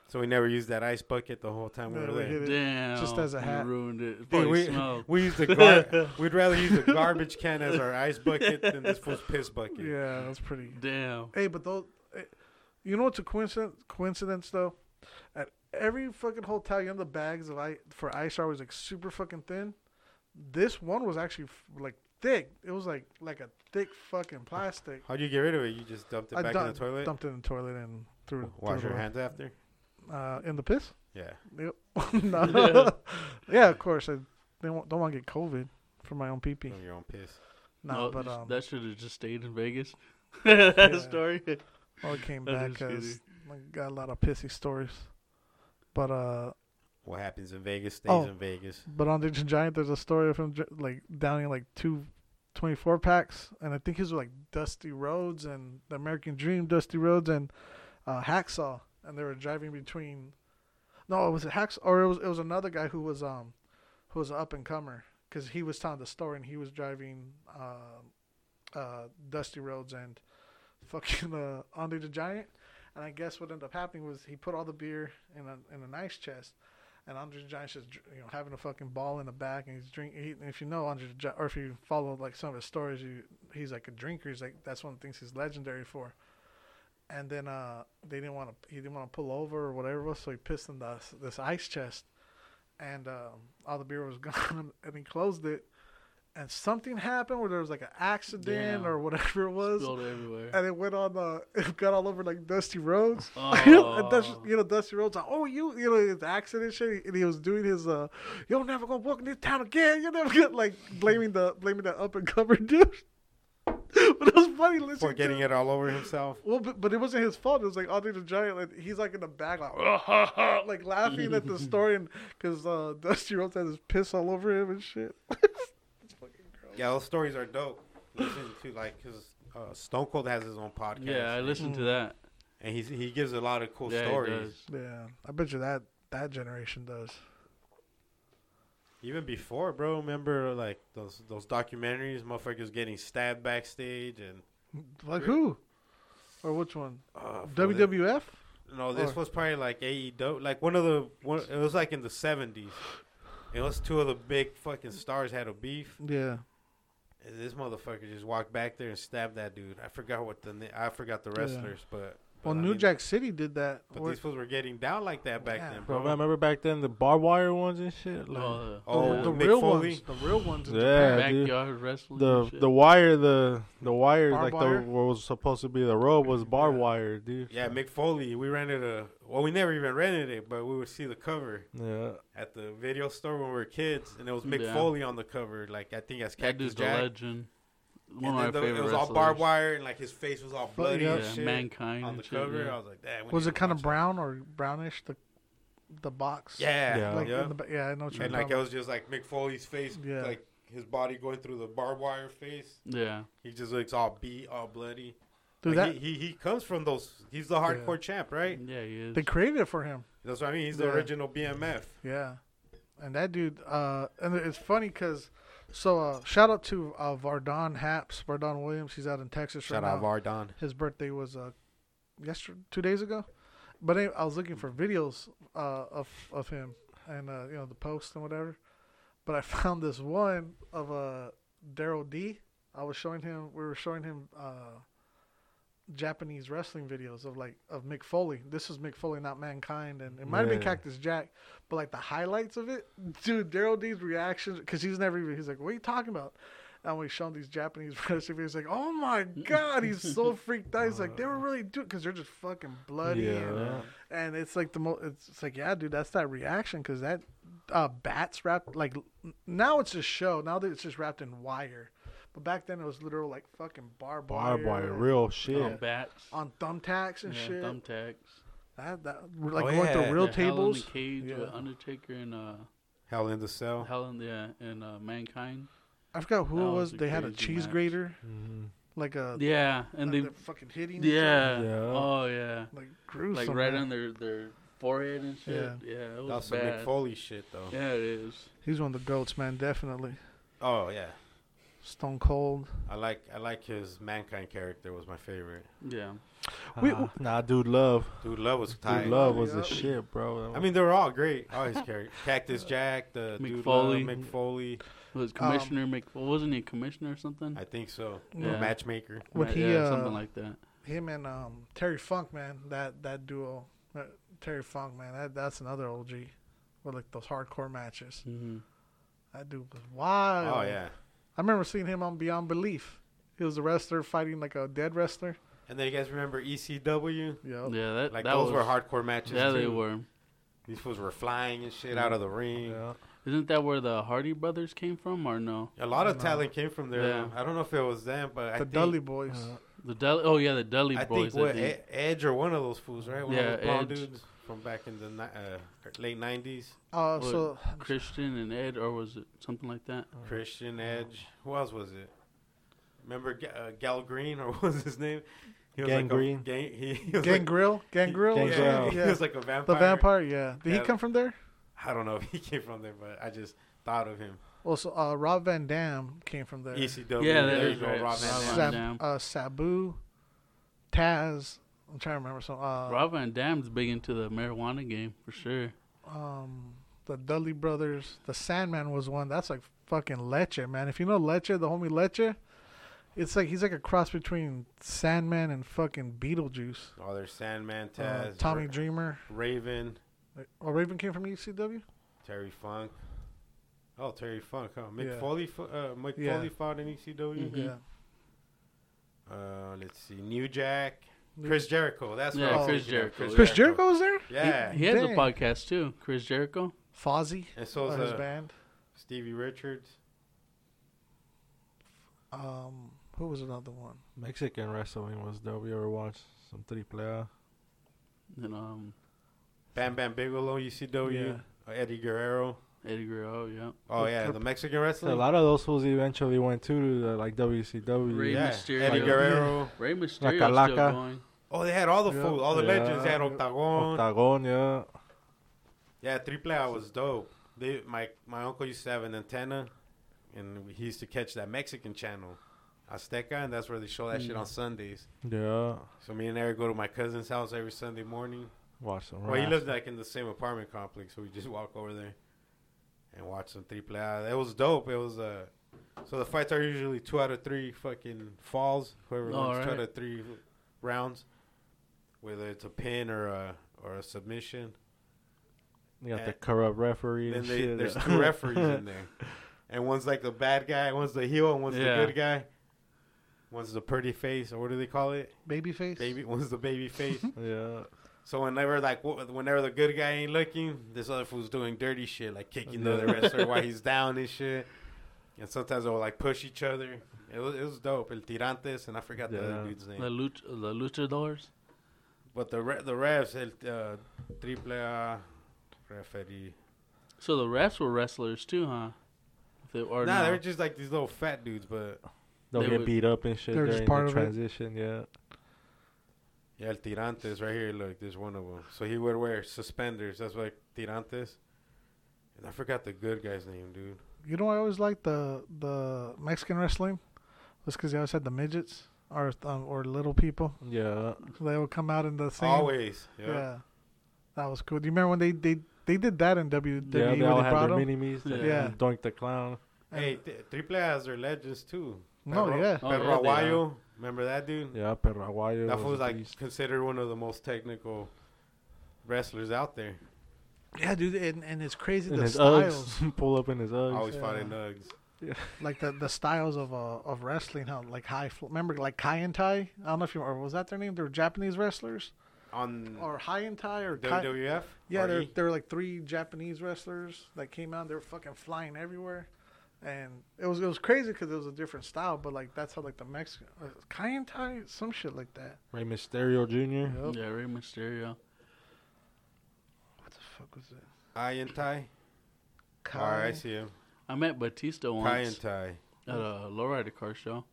So we never used that ice bucket the whole time we Yeah, were we there. did it. Damn. just as a you hat. ruined it. it Dude, probably we, smelled. we used the gar- we'd rather use the garbage can as our ice bucket than this fool's piss bucket. Yeah, that's pretty. Damn. Hey, but those, eh, you know what's a coincidence? Coincidence though, at every fucking hotel, you know the bags of ice for ice are always like super fucking thin. This one was actually f- like thick. It was like like a thick fucking plastic. How'd you get rid of it? You just dumped it back in dumped, the toilet? dumped it in the toilet and threw. it- Wash threw it your away. hands after? Uh, in the piss. Yeah. Yep. no. Yeah. yeah. of course. I they won't, don't want to get COVID from my own pee pee. From your own piss. No, No, but you- um, Oh, that should have just stayed in Vegas. that Yeah. story. well, it came that back is because I got a lot of pissy stories. But uh, What happens in Vegas stays Oh. in Vegas. but on the Giant, there's a story of him dr- like downing like two 24 packs, and I think his were like Dusty Roads and the American Dream, Dusty Roads and uh, Hacksaw, and they were driving between. No, it was Hacksaw, or it was it was another guy who was um, who was an up and comer because he was telling the story and he was driving uh, uh, Dusty Roads and fucking uh, Andre the Giant, and I guess what ended up happening was he put all the beer in a in an ice chest, and Andre the Giant's just dr- you know having a fucking ball in the back, and he's drinking. He, and if you know Andre the Giant, or if you follow like some of his stories, you he's like a drinker. He's like that's one of the things he's legendary for. And then uh, they didn't want to. He didn't want to pull over or whatever it was, so he pissed in the, this ice chest, and um, all the beer was gone, and he closed it. And something happened where there was like an accident Damn. or whatever it was, Spilled everywhere. and it went on uh it got all over like dusty roads and that's Oh. you know dusty roads like, oh you you know it's accident shit and he was doing his uh you're never gonna walk in this town again you're never gonna like blaming the blaming the up and cover dude but it was funny listening Before getting to it all over himself. well, but, but it wasn't his fault. It was like Andre the Giant. Like he's like in the back, like like laughing at the story, and because uh, Dusty Rhodes had his piss all over him and shit. It's fucking gross. Yeah, those stories are dope. Listen to like, because uh, Stone Cold has his own podcast. Yeah, I listened to that. And he's, he gives a lot of Mm. cool yeah, he stories. does. yeah. I bet you that that generation does. Even before, bro, remember like those those documentaries, motherfuckers getting stabbed backstage and Like who? Or which one? uh, for the- WWF? No, this Or- was probably like AEW, like one of the one. It was like in the seventies. It was two of the big fucking stars had a beef. Yeah. And this motherfucker just walked back there and stabbed that dude. I forgot what the na- I forgot the wrestlers, but, but Well, I New mean, Jack City did that. But Or- these fools were getting down like that back Yeah. then, Bro, bro. I remember back then the barbed wire ones and shit. Like, Oh, the Oh, the, the the Mick real Foley? ones. The real ones. in Yeah, Japan. dude. backyard wrestling. the and shit. the wire, the the wire, Barbed like wire? the what was supposed to be the rope was barbed wire, dude. yeah, Mick Foley. We rented a. Well, we never even rented it, but we would see the cover yeah. at the video store when we were kids, and it was Mick Yeah. Foley on the cover. Like I think as that dude's Cactus Jack. a legend. One and of my then the- favorite it was all wrestlers. barbed wire, and like his face was all bloody yeah. and Yeah, shit. mankind on and the shit, cover. yeah. I was like, "Damn." we Was need it to kind of watch brown or brownish? The the box. that. Yeah, Yeah. yeah. Like in the ba- yeah, I know. What you're and like talking it was just like Mick Foley's face, Yeah. like his body going through the barbed wire face. Yeah, He just looks all beat, all bloody. about. Dude, Like, that- he, he he comes from those. He's the hardcore champ, right? yeah, he is. they created it for him. That's what I mean. He's the Yeah. original BMF. Yeah, and that dude. Uh, and it's funny because. So uh, shout out to uh, Vardon Haps, Vardon Williams. He's out in Texas right now. Vardon. his birthday was uh yesterday two days ago but anyway, i was looking for videos uh of of him and uh you know the post and whatever but i found this one of uh daryl d i was showing him we were showing him uh japanese wrestling videos of like of mick foley this was mick foley not mankind and it might have been Yeah. cactus jack but like the highlights of it dude daryl d's reactions because he's never even he's like what are you talking about and we show him these Japanese wrestling videos, like, oh my god, he's so freaked out. He's like, they were really doing because they're just fucking bloody, Uh. Yeah. and, and it's like the most. It's, it's like, yeah, dude, that's that reaction because that uh, bats wrapped like n- now it's just show. Now that it's just wrapped in wire, but back then it was literal like fucking barbed wire, Barbed wire, real shit. On bats. on thumbtacks and yeah, shit. thumbtacks. that, that we're like Oh, going yeah. through real Yeah, Hell in the tables. cage with Yeah. Undertaker and uh, Hell in the Cell. Hell in yeah, and uh, Mankind. I forgot who That it was was. a They had a crazy cheese match. grater, Mhm. like a Yeah, and like they they're fucking hitting. each yeah, Yeah. oh yeah, other. like gruesome. like right man. on their their forehead and shit. Yeah, it was That's some bad. Mick Foley shit, though. Yeah, it is. He's one of the goats, man. Definitely Oh yeah, Stone Cold. I like I like his mankind character was my favorite. Yeah, We- Ah, nah, dude, love. Dude, Love was tight. Dude, love was the Yup. shit, bro. I mean, they were all great. All his characters, Cactus Jack, the Mick Dude Foley. Love, Mick Foley. it was Commissioner Mc. well, wasn't he a commissioner or something? I think so. Yeah. The matchmaker. When Right, he, yeah, uh, something like that. him and um, Terry Funk, man, that that duo, Uh, Terry Funk, man, that that's another OG with like those hardcore matches. hmm Mm-hmm. That dude was wild. Oh yeah. I remember seeing him on Beyond Belief. He was a wrestler fighting like a dead wrestler. And then you guys remember ECW? Yeah, Yeah, that Like that those was, were hardcore matches. Yeah, they too. were. Mm. These fools were flying and shit out of the ring. Yeah. Isn't that where the Hardy brothers came from, or no? A lot of talent came from there. Yeah. I don't know if it was them, but I the think Dudley Boys. The Del- oh yeah, the Dudley I boys. think what I think. Ed- Edge or one of those fools, right? One Yeah, of those blonde Edge. dudes from back in the ni- uh, late '90s. Uh, What? so Christian and Ed, or was it something like that? Christian Uh-huh. Edge. Who else was it? Remember Ga- uh, Gal Green or what was his name? He was like a- Gangrene. gang, he, he was like, Gangrel, Gangrel, yeah, Gangrel. yeah, he yeah. was like a vampire. the vampire. Yeah, did Yeah. he come from there? I don't know if he came from there, but I just thought of him. Also, uh, Rob Van Dam came from there. ECW. Yeah, that there is you go, right. Rob Rob Van Dam. Van Sab- Dam. uh, Sabu, Taz. I'm trying to remember some. Uh, Rob Van Dam's big into the marijuana game for sure. um the Dudley brothers, the Sandman was one. That's like fucking Leche, man. If you know Leche, the homie Leche, it's like he's like a cross between Sandman and fucking Beetlejuice. Oh, there's Sandman, Uh, Taz, Tommy Ra- Dreamer. Raven, Oh, Raven came from ECW. Terry Funk. Oh, Terry Funk, huh? Mick Yeah. Foley, fu- uh, Mick Yeah. Mm-hmm. Foley fought in ECW. Mhm. Yeah, Uh, let's see, New Jack, New- Chris Jericho. That's Yeah, what I was Chris thinking of, Jericho, yeah. Chris Jericho was there. Yeah, He, he has a Dang. podcast too, Chris Jericho. Fozzy, and so uh, is his uh, band. Stevie Richards. Um, who was another one? Mexican wrestling was dope. You ever watch some triple A? And um, Bam Bam Bigelow, ECW, uh, Eddie Guerrero. Eddie Guerrero, yeah. Oh Look, yeah, they're- the Mexican A wrestling. lot of those fools eventually went to the, like WCW. Ray yeah, Mysterio. Eddie Guerrero. Ray Mysterio's Laca. still going. Oh, they had all the Yeah. fools, all the Yeah. legends. They had Yeah. Octagon. Octagon, yeah. Yeah, Triple A was dope. They my my uncle used to have an antenna, and he used to catch that Mexican channel, Azteca, and that's where they show that Mm. shit on Sundays. Yeah. So me and Eric go to my cousin's house every Sunday morning. Watch some Well, he lived wrestling. like in the same apartment complex, so we just walk over there and watch some Triple A. It was dope. It was uh, so the fights are usually two out of three fucking falls. Whoever wins All two right. out of three rounds, whether it's a pin or a or a submission. You got the corrupt referee Then and they, shit. there's two referees in there, and one's like the bad guy, one's the heel, and one's Yeah. the good guy. One's the pretty face, or what do they call it? Babyface. Baby, one's the baby face. yeah. so whenever like wh- whenever the good guy ain't looking, this other fool's doing dirty shit, like kicking the other wrestler while he's down and shit. And sometimes they'll like push each other. It was, it was dope. El Tirantes and I forgot the other Yeah. dude's name. The luch- the luchadors. But the re- the refs, el uh, triple A referee. So the refs were wrestlers too, huh? If They, or Nah, no? they're just like these little fat dudes, but They'll They get would- beat up and shit They're during just the part of it. transition, yeah. Yeah, el tirantes right here. Look, there's one of them. So he would wear suspenders. That's like tirantes. And I forgot the good guy's name, dude. You know, I always liked the the Mexican wrestling, was because they always had the midgets or um, or little people. Yeah. They would come out in the same. Always. Yeah. Yeah. That was cool. Do you remember when they they, they did that in WWE Yeah, where they they all had brought their them? mini me's. Yeah. Yeah. Doink the clown. Hey, t- Triple A has their legends too. No, Pedro, yeah. Oh, Pedro yeah, they are. Aguayo. Remember that dude? Yeah, Pedro Aguayo. That was was a like beast. considered one of the most technical wrestlers out there. Yeah, dude, and, and it's crazy in the his styles, Uggs. Pull up in his I Uggs. Always fought yeah. in Nugs. like the, the styles of uh of wrestling, how like high. Fl- remember like Kai and Tai? I don't know if you or was that their name? They were Japanese wrestlers. on or Highentai E or Kai- WWF. yeah, Or there E? there were like three Japanese wrestlers that came out. They were fucking flying everywhere, and it was it was crazy because it was a different style. But like that's how like the Mexican uh, Highentai, some shit like that. Rey Mysterio Jr. Yep. Yeah, Rey Mysterio. What the fuck was it? I and Ty. Kai. All right, I see him. I met Batista Kai and once Ty. at a lowrider car show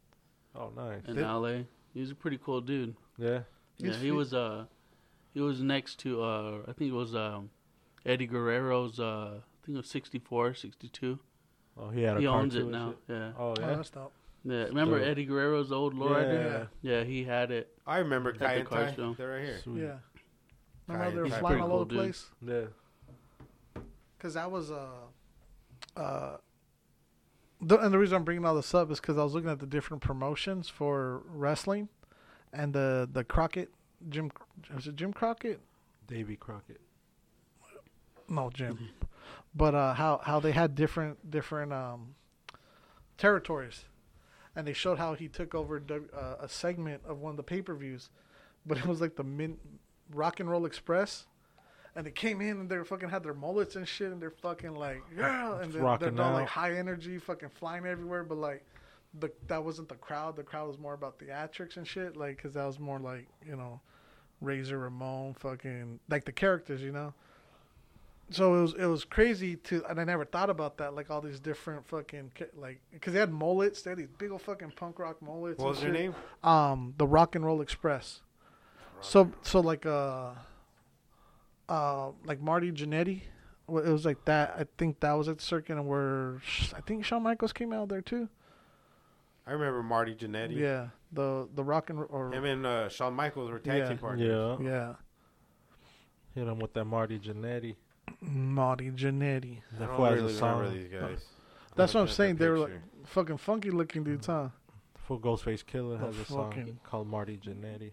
Oh, nice. in Did- LA. He was a pretty cool dude. Yeah. Yeah, He's he fit. was uh he was next to uh I think it was um Eddie Guerrero's uh I think it was 64, 62. Oh, he had a He car owns too it and now. shit. Yeah. Oh Oh, yeah. that's dope. Yeah, remember dope. Eddie Guerrero's old lowrider? yeah. Yeah. he had it. I remember the Kai and car Ty. show. They're right here. Sweet. Yeah. Remember how they were He's a flying pretty all cool over the dude. place? Yeah. Because that was uh, uh, the, and the reason I'm bringing all this up is because I was looking at the different promotions for wrestling, and the the Crockett Jim was it Jim Crockett? Davy Crockett. No, Jim. Mm-hmm. but uh, how how they had different different um, territories, and they showed how he took over W- uh, a segment of one of the pay per views, but it was like the min Rock and Roll Express. And they came in and they fucking had their mullets and shit, and they're fucking like, yeah, and Just they're, they're rocking all like out. high energy, fucking flying everywhere. But like, the that wasn't the crowd. The crowd was more about theatrics and shit, like, because that was more like, you know, Razor Ramon, fucking like the characters, you know. So it was it was crazy to, and I never thought about that. Like all these different fucking ca- like, because they had mullets, they had these big old fucking punk rock mullets. What and was their shit. name? Um, the Rock and Roll Express. So so like uh, uh, like Marty Jannetty, Well, it was like that. I think that was at the circuit, and where I think Shawn Michaels came out there too. I remember Marty Jannetty. Yeah, the the Rock and Ro- or Him and uh, Shawn Michaels were tag Yeah. team partners. Yeah. yeah, Hit him with that Marty Jannetty. Marty Jannetty. I That don't fool has really a song. remember these guys. That's what I'm looking at their saying. They were like picture. fucking funky looking dudes, huh? The fool Ghostface Killer The has a song fucking- called Marty Jannetty.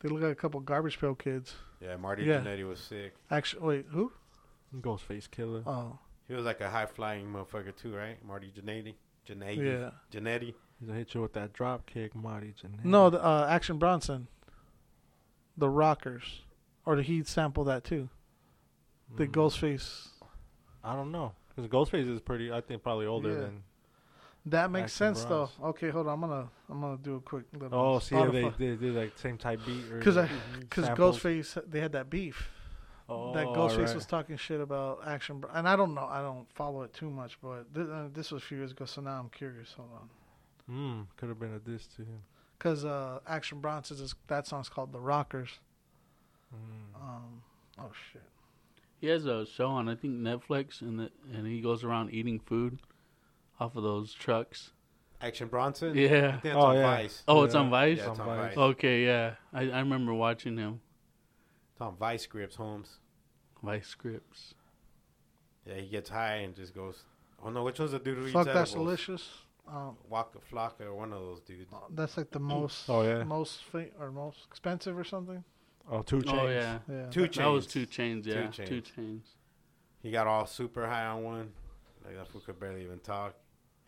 They look like a couple garbage pail kids. Yeah, Marty Yeah. Jannetty was sick. Actually, wait, who? Ghostface Killer. Oh, He was like a high flying motherfucker too, right? Marty Jannetty. Jannetty. yeah. Jannetty. He's gonna hit you with that drop kick, Marty Jannetty. No, the, uh, Action Bronson, the Rockers, or did he sample that too? The Mm. Ghostface. I don't know. Because Ghostface is pretty, I think, probably older Yeah. than. That makes Action sense Bronson. though. Okay, hold on. I'm gonna I'm gonna do a quick little. Oh, see, they, they did like same type beat. or because I because samples. Ghostface they had that beef. Oh, that Ghostface alright. was talking shit about Action, Bro- and I don't know. I don't follow it too much, but th- uh, this was a few years ago, so now I'm curious. Hold on. Mm, could have been a diss to him. because uh, Action Bronson's is, that song's called "The Rockers." Mm. Um, oh shit! He has a show on I think Netflix and the, and he goes around eating food off of those trucks. Action Bronson. I Yeah. think that's Oh, on yeah. Vice. Oh, it's on Yeah. Vice. Yeah, it's on Vice. Vice. Okay, yeah. I, I remember watching him. It's on Vice Grips, Holmes. Vice scripts. Yeah, he gets high and just goes. Oh no, which one's the dude who Fuck, eats that's edibles? delicious. Oh, Um, uh, Waka Flocka or one of those dudes. that's like Mm. the most, Oh, yeah. most fa- or most expensive or something. Oh, two chains. Oh yeah. Yeah, Two That- That was two Chainz. chains, yeah. Two Two chains. Chainz. He got all super high on one. Like that fool could barely even talk.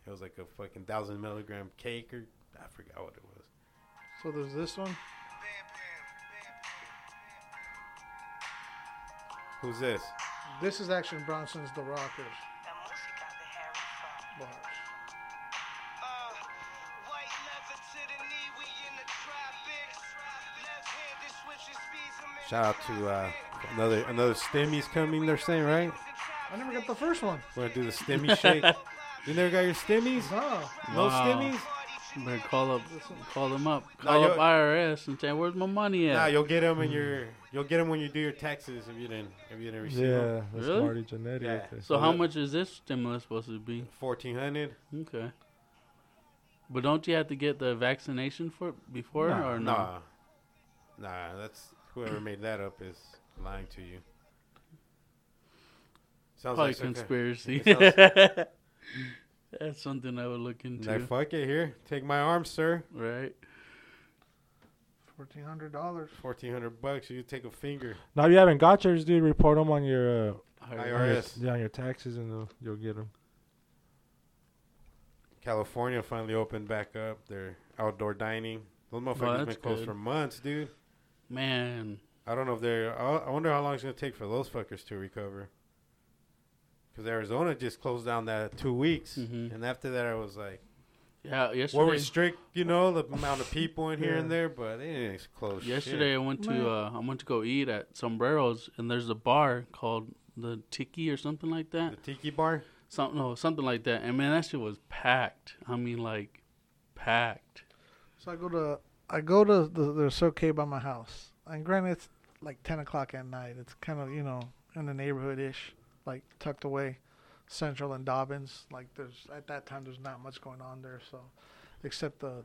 It was like a fucking thousand milligram cake or I forgot what it was. So there's this one. Who's this? This is Action Bronson's "The Rockers." La música de Harry Fry. Bars. Uh, white leather to the knee, we in the tropics. Left-handed switching speeds, I'm in Shout out the to uh, cockpit. another another stimmy's coming. They're saying right. I never got the first one. We're gonna do the stimmy shake. You never got your stimmies? No, No Wow. stimmies? Better call up call them up. No, Call up yo- IRS and say, Where's my money Nah, at? you'll get them in your. You'll get them when you do your taxes if you didn't. If you didn't receive them. Yeah, that's Really? Marty Jannetty. Yeah. Right there. so how much is this stimulus supposed to be? Fourteen hundred. Okay. But don't you have to get the vaccination for it before or no? Nah. Nah, that's whoever made that up is lying to you. Sounds Probably some kind- conspiracy. It That's something I would look into. Like, fuck it here. Take my arm, sir. Right? fourteen hundred dollars. Fourteen hundred bucks. You take a finger. Now, if you haven't got yours, dude, report them on your, uh, Alright. on your, IRS. yeah, on your taxes and they'll- you'll get them. California finally opened back up their outdoor dining. Those motherfuckers that's been closed good. for months, dude. Man, I don't know if they're. I I wonder how long it's gonna take for those fuckers to recover. Because Arizona just closed down that two weeks, Mm-hmm. Mhm. and after that, I was like, Yeah, "We'll yesterday. restrict, you know, the amount of people in here Yeah. and there, but they didn't close." shit. Yesterday I went Man. to uh, I went to go eat at Sombreros and there's a bar called the Tiki or something like that. the tiki bar. Something no, something like that. And man, that shit was packed. I mean like packed. So I go to I go to the, the Circle K by my house, and granted it's like ten o'clock at night. It's kind of you know in the neighborhood ish, like tucked away, Central and Dobbins. Like there's at that time there's not much going on there, so except the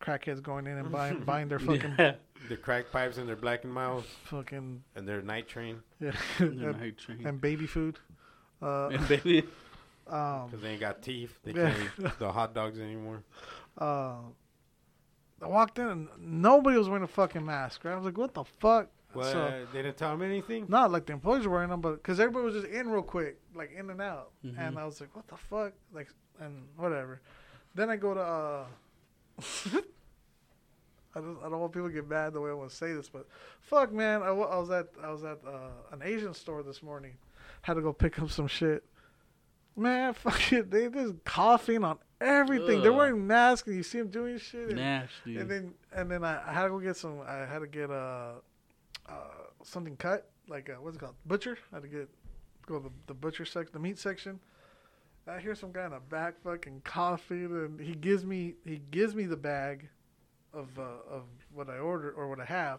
crackheads going in and buying buying their fucking Yeah. The crack pipes and their black and miles fucking and their night train yeah, And then and, I drank. and baby food. Uh, And baby, um, because they ain't got teeth. They Yeah. can't eat the hot dogs anymore. uh, I walked in and nobody was wearing a fucking mask. Right? I was like, what the fuck? Well, So- they didn't tell them anything. Not like the employees were wearing them, but because everybody was just in real quick, like in and out, and Mhm. I was like, "What the fuck?" Like, and whatever. Then I go to. uh I don't, I don't want people to get mad the way I want to say this, but fuck, man, I, wa- I was at I was at uh, an Asian store this morning, had to go pick up some shit. Man, fuck it, they just coughing on everything. They're Ugh. wearing masks, and you see them doing shit. And, nasty. and then and then I, I had to go get some. I had to get uh, uh something cut, like uh, what's it called, butcher. I had to get go to the, the butcher section, the meat section. I hear some guy in a back fucking coughing, and he gives me he gives me the bag of uh, of what I ordered or what I have,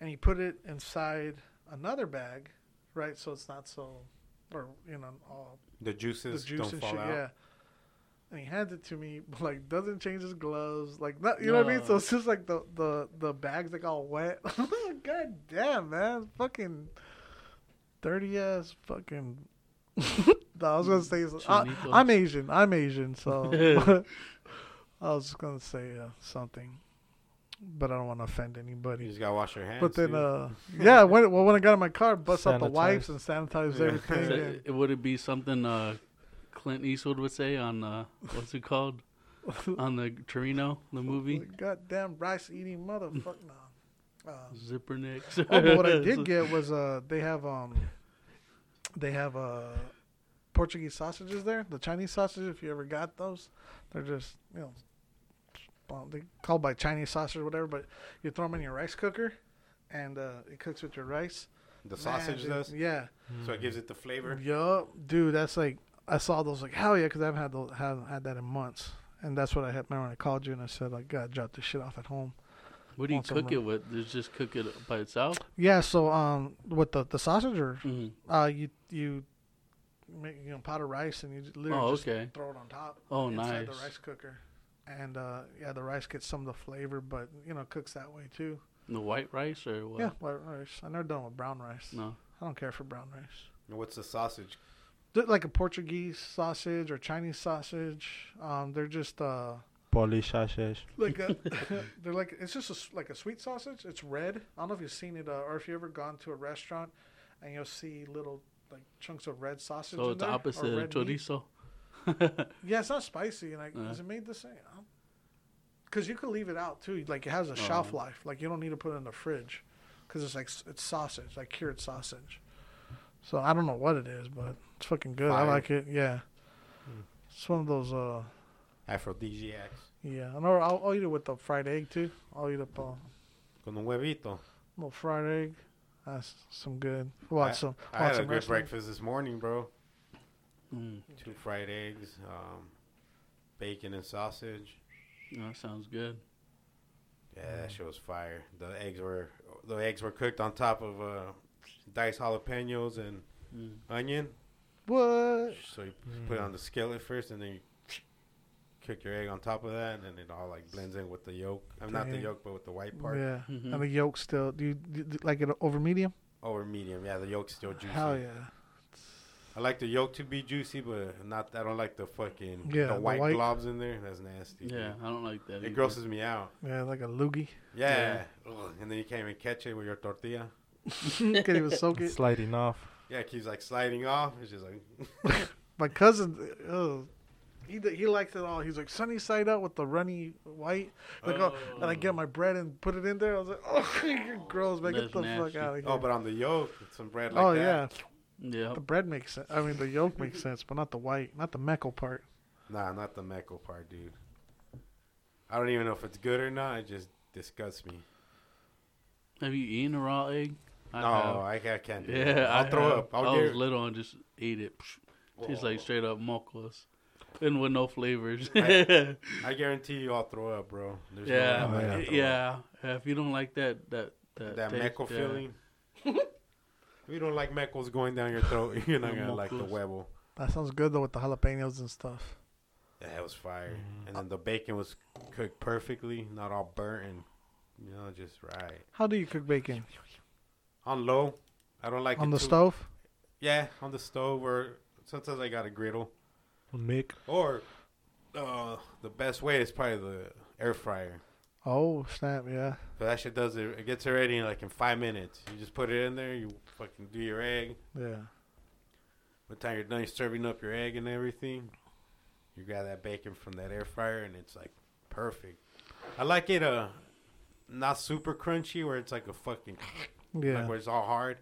and he put it inside another bag, right? So it's not so, or you know, all The juices the juice don't and fall shit. out. Yeah. And he hands it to me, but like doesn't change his gloves, like not, you know what I mean. So No. it's just like the the the bags like all wet. God damn, man, fucking dirty ass, fucking. no, I was gonna say I, Chinitos. I'm Asian. I'm Asian, so I was just gonna say uh, something, but I don't want to offend anybody. You just gotta wash your hands. But then, too. uh, yeah, when well, when I got in my car, bust out the Sanitize. wipes and sanitize Yeah. everything. Is that- and- it- would it be something uh, Clint Eastwood would say on uh, what's it called on the Torino Oh the movie Like, Goddamn rice eating motherfucker. no. Uh, zipper nicks? oh, but what I did get was uh, they have um, they have uh, Portuguese sausages there. The Chinese sausages, if you ever got those, they're just you know, well, they called by Chinese sausage or whatever. But you throw them in your rice cooker, and uh, it cooks with your rice. the Man, sausage dude, does, Yeah. so it gives it the flavor. Yup, dude, that's like I saw those like hell yeah, because I haven't had those, haven't had that in months, and that's what I had. Remember when I called you and I said like God dropped this shit off at home. What do you want some cook it of- with? You just cook it by itself. Yeah, so um, with the the sausage or Mhm. uh, you you make you know pot of rice and you just literally Oh, just okay. throw it on top Oh, inside the nice. rice cooker, and uh, yeah, the rice gets some of the flavor, but you know it cooks that way too. The white rice or what? Yeah, white rice. I never done with brown rice. No. I don't care for brown rice. And What's the sausage? They're like a Portuguese sausage or Chinese sausage. Um, they're just uh. Polish sausage. like a, they're like it's just a s like a sweet sausage. It's red. I don't know if you've seen it uh, or if you've ever gone to a restaurant and you'll see little like chunks of red sausage. So in it's there, or opposite of red meat. chorizo. Yeah, it's not spicy. And like, Uh. is it made the same? Because you could leave it out too. Like it has a shelf Uh-huh. life. Like you don't need to put it in the fridge because it's like s- it's sausage, like cured sausage. So I don't know what it is, but it's fucking good. Fire. I like it. Yeah, Hmm. it's one of those. uh Aphrodisiacs. Yeah, and I'll, I'll eat it with the fried egg too. I'll eat up. Uh, Con un huevito. little fried egg. That's some good. Watch some. I Watch had a some good wrestling. breakfast this morning, bro. Mm. Two fried eggs, um, bacon and sausage. That sounds good. Yeah, Mm. that shit was fire. The eggs were the eggs were cooked on top of uh, diced jalapenos and Mm. onion. What? So you put it Mm. on the skillet first, and then you cook your egg on top of that, and then it all like blends in with the yolk. I'm not the Damn. yolk, but with the white part Yeah, Mhm. and the yolk still. Do you, do you like it over medium? over medium. Yeah, the yolk's still juicy. Hell yeah. I like the yolk to be juicy, but not. I don't like the fucking Yeah, the, the white white- globs in there. That's nasty. dude. Yeah, I don't like that. either. it grosses me out. Yeah, like a loogie. Yeah, Ugh. and then you can't even catch it with your tortilla. Can't even soak It's it. sliding off. Yeah, it keeps like sliding off. It's just like My cousin, uh, he did, he liked it all. He's like sunny side out with the runny white. Like, oh. and I get my bread and put it in there. I was like, oh, you're gross, man. Get That's the fuck nasty. out of here. Oh, but on the yolk, with some bread like oh that. yeah, Yeah. the bread makes sense. I mean, the yolk makes sense, but not the white, not the meckle part. Nah, not the Mecco part, dude. I don't even know if it's good or not. It just disgusts me. Have you eaten a raw egg? I no, I, Oh, I can't do Yeah, that. I'll I Oh, throw have. up. I'll I was get, little and just ate it. Psh, Tastes like straight up mocos, and with no flavors. I- I guarantee you I'll throw up, bro. There's yeah, Oh, no way yeah, I'm gonna throw up. yeah. If you don't like that, that that, That taste, Mecco yeah. feeling. if you don't like Meccos going down your throat, you're not The going to like the mocos. huevo. That sounds good though with the jalapenos and stuff. Yeah, it was fire. Mm-hmm. And then the bacon was cooked perfectly, not all burnt and, you know, just right. How do you cook bacon On low. I don't like on it the too- stove? Yeah, on the stove or sometimes I got a griddle. Mick. Or uh, the best way is probably the air fryer. Oh snap! Yeah, But that shit does it. It gets it ready in like in five minutes. You just put it in there. You fucking do your egg. yeah. By the time you're done serving up your egg and everything, you grab that bacon from that air fryer and it's like perfect. I like it uh not super crunchy where it's like a fucking Yeah. like where it's all hard.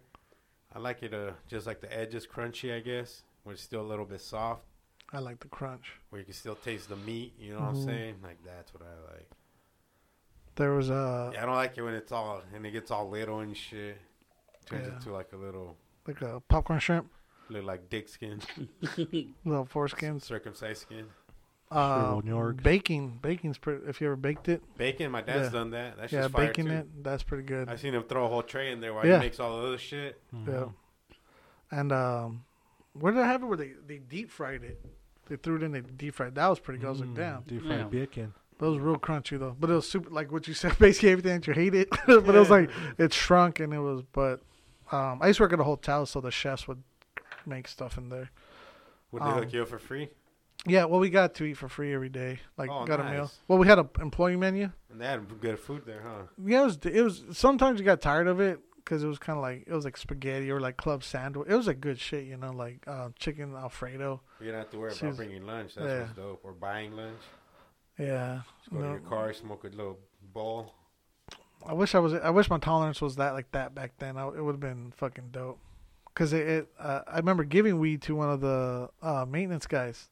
I like it uh just like the edges crunchy, I guess, where it's still a little bit soft, I like the crunch. where you can still taste the meat. You know what Mm-hmm. I'm saying? Like that's what I like. There was a Yeah, I don't like it when it's all and it gets all little and shit. Turns Yeah. into like a little, like a popcorn shrimp, little like dick skin, little foreskin. circumcised skin. Uh, Shriveled York. baking, baking's pretty. If you ever baked it, Bacon, my dad's Yeah. done that. That's yeah, just fire baking too. it, that's pretty good. I seen him throw a whole tray in there while Yeah. he makes all the other shit. Yeah. Mm-hmm. And um, where did I have it? Where they they deep fried it? They threw it in. They deep fried. That was pretty good. I Mm, Mm, was like, damn, Deep Yeah. fried bacon. that was real crunchy though. But it was super. Like what you said, basically everything that you hated. but it was like it shrunk and it was. But um, I used to work at a hotel, so the chefs would make stuff in there. Would they Um, hook you up for free? Yeah, well, we got to eat for free every day. Like Oh, got a nice. meal. Well, we had an employee menu. And they had good food there, huh? Yeah, it was. It was. Sometimes you got tired of it because it was kind of like it was like spaghetti or like club sandwich. It was like good shit, you know, like uh, chicken alfredo. You don't have to worry She's- about bringing lunch. That's yeah. what's dope. Or buying lunch. Yeah. Just go No. to your car, smoke a little bowl. I wish I was. I wish my tolerance was that like that back then. I, it would have been fucking dope. Cause it, it uh, I remember giving weed to one of the uh, maintenance guys.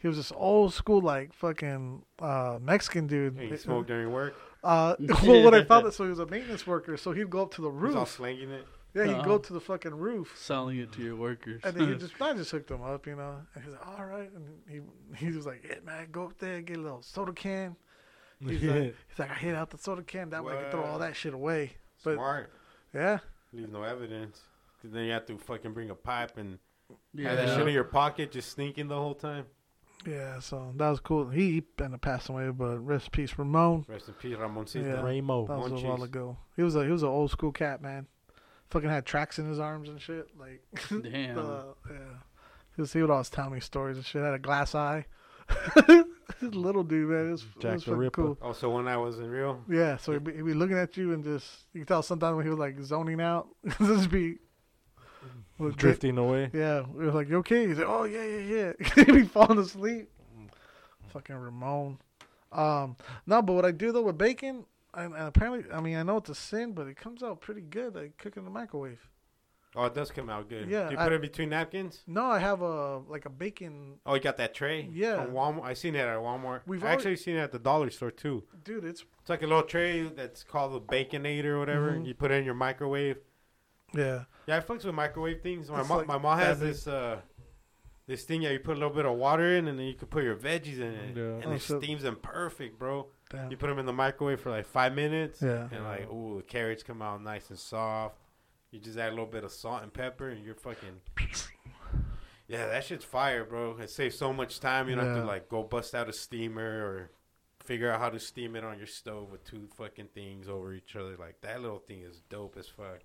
He was this old school like fucking uh, Mexican dude. And you smoke during work. Uh, well, what I found out, so he was a maintenance worker. So he'd go up to the He's all roof. slanging it. Yeah, he'd go Uh-huh. up to the fucking roof. Selling it to your workers. And then he just, I just hooked him up, you know. And he's like, all right. And he he was like, yeah, man, go up there, get a little soda can. He's, like, he's like, I hit out the soda can. That way I can throw all Wow. that shit away. But Smart. yeah, Leave no evidence. 'Cause then you have to fucking bring a pipe and yeah, have that shit in your pocket, just sneaking the whole time. yeah. So that was cool. He, he ended up passing away, but rest in peace, Ramon. Rest in peace, Ramoncito. Yeah. That Raymo. was a Monchis. while ago. He was a he was an old school cat, man. Fucking had tracks in his arms and shit. Like, Damn. the- yeah. He, was, he would always tell me stories and shit. Had a glass eye. Little dude, man. It was, it Jack was the fucking Ripper. cool. Also, when I wasn't real, Yeah, so he'd be, he'd be looking at you and just you could tell sometimes when he was like zoning out, just be Mm-hmm. would get- Drifting away. Yeah, we were like, "You okay?" He's like, "Oh yeah, yeah, yeah." he'd be falling asleep. Fucking Ramon. Um, no, but what I do though with bacon, and, and apparently, I mean, I know it's a sin, but it comes out pretty good. Like cooking in the microwave. oh, it does come out good. Yeah, Do you I- put it between napkins? No, I have a like a bacon, Oh, you got that tray? Yeah. From Walmart. I seen it at Walmart. We've We've I alre- actually seen it at the dollar store too. dude. It's It's like a little tray that's called a baconator or whatever. Mm-hmm. You put it in your microwave. yeah, Yeah, I fucks with microwave things. My It's mom, like my mom has that big. this uh, this thing that you put a little bit of water in, and then you can put your veggies in it, Yeah. and Oh, it so- steams them perfect, bro. damn. You put them in the microwave for like five minutes, Yeah. and like, ooh, the carrots come out nice and soft. You just add a little bit of salt and pepper, and you're fucking. Yeah, that shit's fire, bro. It saves so much time. You don't have Yeah. to like go bust out a steamer or figure out how to steam it on your stove with two fucking things over each other. Like that little thing is dope as fuck.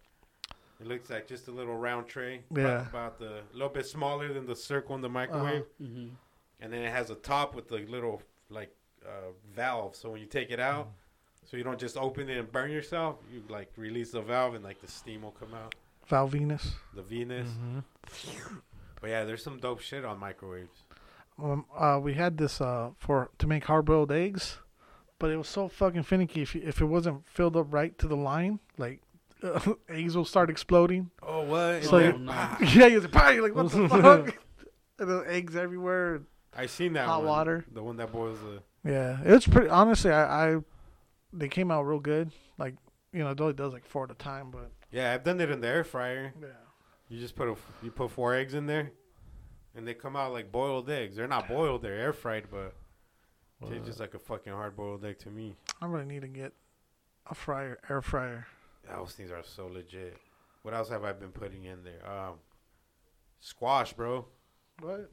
It looks like just a little round tray. about- Yeah. Uh-huh. About the a little bit smaller than the circle in the microwave. Mhm. And then it has a top with the little like uh, valve. So when you take it out, Mm. so you don't just open it and burn yourself, you like release the valve and like the steam will come out. Val Venus. Mm-hmm. Mm-hmm. The Venus. But yeah, there's some dope shit on microwaves. um, uh, we had this uh, for to make hard boiled eggs, but it was so fucking finicky. If you, if it wasn't filled up right to the line, like eggs will start exploding. Oh, what? So Oh, you- There- nice. yeah, you're like, you're like what the fuck? And the eggs everywhere. I seen that Hot one. water. The one that boils the. Yeah, it's pretty. Honestly, I, I they came out real good. Like you know, it only does like four at a time, but Yeah, I've done it in the air fryer. yeah, You just put a, you put four eggs in there, and they come out like boiled eggs. They're not boiled; they're air fried, but tastes just like a fucking hard boiled egg to me. I really need to get a fryer, air fryer. Those things are so legit. What else have I been putting in there? Um, squash, bro. What?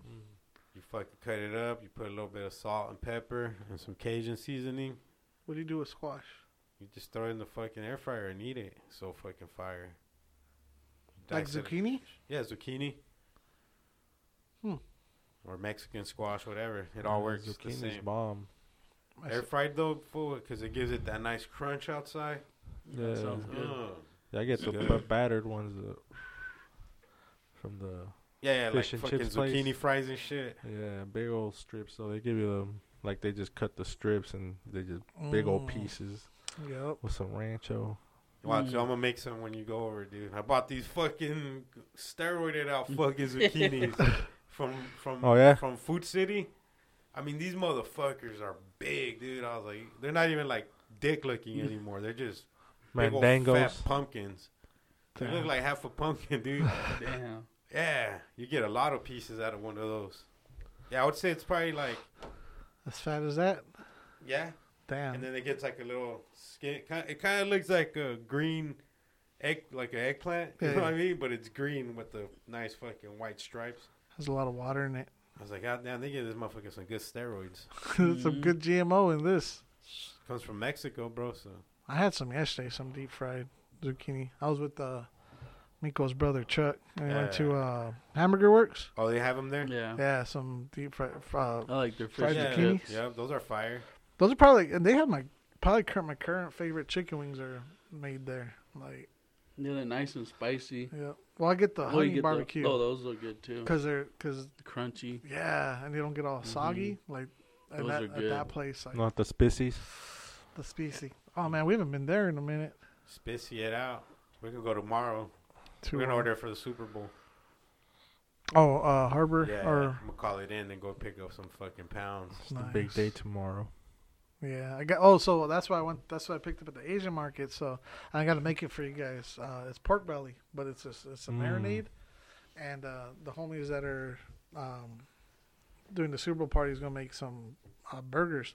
You fucking cut it up. You put a little bit of salt and pepper and some Cajun seasoning. What do you do with squash? You just throw it in the fucking air fryer and eat it. So fucking fire. Like Dice it- zucchini? Yeah, zucchini. Hmm. Or Mexican squash, whatever. It all works the Zucchini's same. bomb. I Air s- fried though, fool, because it gives it that nice crunch outside. Mm. Yeah, sounds good. Ugh. Yeah, I get the Good. b- battered ones uh, from the Yeah, yeah, Fish like and fucking chips place. zucchini fries and shit. yeah big old strips. So they give you them like they just cut the strips and they just big old Mm. pieces Yep. with some rancho. Mm. Watch, I'm gonna make some when you go over, dude. I bought these fucking steroided out fucking zucchinis from from Oh, yeah? from Food City. I mean, these motherfuckers are big, dude. I was like, they're not even like dick looking anymore. They're just big old fat Mandangos. pumpkins. They look Damn. like half a pumpkin, dude. Damn. yeah, you get a lot of pieces out of one of those. Yeah, I would say it's probably like As fat as that? yeah, and Damn. then it gets like a little skin. ki- It kind of looks like a green egg, like an eggplant. You Yeah. know what I mean? But it's green with the nice fucking white stripes. Has a lot of water in it. I was like, God damn, they give this motherfucker some good steroids. There's some Mhm. Mm-hmm. good GMO in this. Comes from Mexico, bro. So I had some yesterday, some deep fried zucchini. I was with uh, Miko's brother Chuck, and we went to uh, Hamburger Works. oh, they have them there. Yeah. Yeah, some deep fried. Uh, I like their Fried fish and zucchini? chips. yeah, those are fire. those are probably, and they have my probably current my current favorite chicken wings are made there. Like, Yeah, they're nice and spicy. yeah. Well, I get the Oh, you honey get the- barbecue oh, those look good too. because they're because Crunchy. yeah, and they don't get all soggy like. At Mm-hmm. Those that, are at good. that place, like Not the spicies. the species. Oh man, we haven't been there in a minute. Spicy it out. We can go tomorrow. Too We're gonna long. order for the Super Bowl. Oh, uh, Harbor Yeah, or I'm gonna call it in and go pick up some fucking pounds. It's the big Nice. day tomorrow. Yeah, I got. Oh, so that's why I went. That's what I picked up at the Asian market. So I got to make it for you guys. Uh, it's pork belly, but it's just, it's a Mm. marinade, and uh, the homies that are um, doing the Super Bowl party is gonna make some uh, burgers.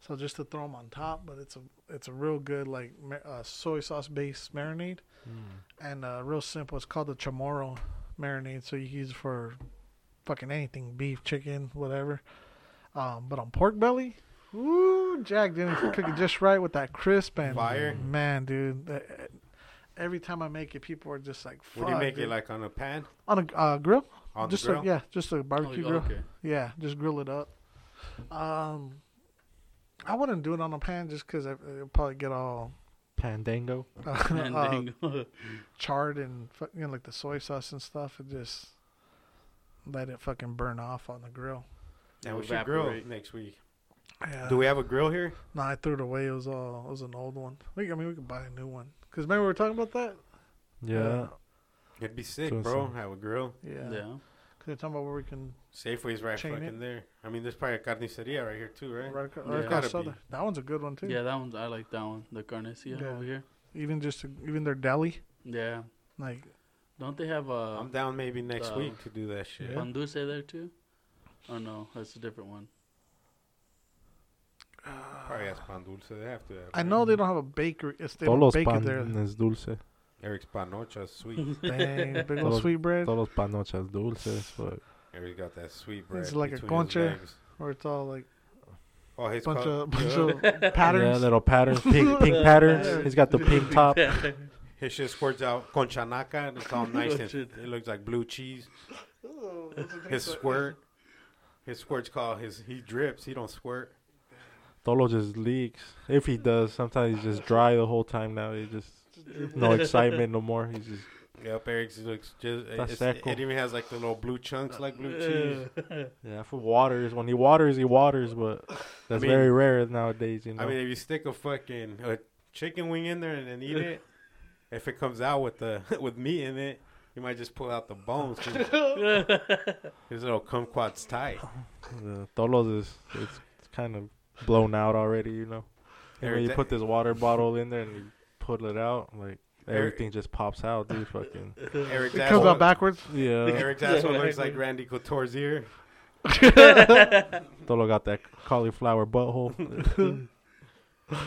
So just to throw them on top, but it's a it's a real good like ma- uh, soy sauce based marinade, Mm. and uh, real simple. It's called the chamorro marinade. So you can use it for fucking anything, beef, chicken, whatever. Um, but on pork belly, Ooh, Jack didn't cook it just right with that crisp and Fire. Man, dude, that- every time I make it, people are just like, "Fuck." What do you make it dude." like on a pan? on a uh, grill? On just the grill? A, yeah, just a Oh, barbecue grill. okay. Yeah, just grill it up. Um, I wouldn't do it on a pan just because it'll probably get all Pandango. uh, uh, Fandango. charred and fu- you know, like the soy sauce and stuff. It just let it fucking burn off on the grill. Yeah, we should Evaporate. grill next week. Yeah. Do we have a grill here? No, I threw it away. It was all. It was an old one. We, I mean, we could buy a new one. Cause remember we were talking about that. Yeah. It'd be sick, Doing bro. some- Have a grill. Yeah. yeah. Cause they're talking about where we can Safeway's right Chain fucking it. there. I mean, there's probably a carniceria right here too, right? right, ac- right Yeah. across Gotta be. southern. That one's a good one too. Yeah, that one's I like that one. The Garnesia Yeah. over here. Even just to, even their deli, Yeah. like Don't they have uh I'm down maybe next uh, week to do that shit. pan dulce there too? Oh no, that's a different one. Probably has pan dulce. They have to have. I right? know they don't have a bakery. It's, they Todos don't los bake it there. panes dulces. Eric's panocha sweet. Dang, big old Todos- sweet bread, Todos los panochas dulces. But Eric's got that sweet bread. It's like a between his concha. legs. where it's all like Oh, his bunch co- of bunch Yeah. of yeah, patterns. little patterns, pink, pink patterns. He's got the pink top. His shit squirts out conchanaca and it's all nice Oh, and Shit. it looks like blue cheese. His squirt, his squirt's called his. He drips. He don't squirt. Tolo just leaks. If he does, sometimes he's just dry the whole time now. He just no excitement no more. He's just Yep, Eric's looks just. That's It's, that cool. It even has like the little blue chunks, like blue cheese. Yeah, for waters. When he waters, he waters, but that's mean- very rare nowadays. You know. I mean, if you stick a fucking a chicken wing in there and then eat it, if it comes out with the with meat in it, you might just pull out the bones. 'cause His little kumquat's tight. the Uh, Tolos is it's, it's kind of blown out already. You know. And when Everything- you put this water bottle in there and you pull it out, like Every- everything just pops out, dude. Fucking Eric's It ass comes one- out backwards. yeah. Eric's ass one looks like Randy Couture's ear. Tolo got that cauliflower butthole.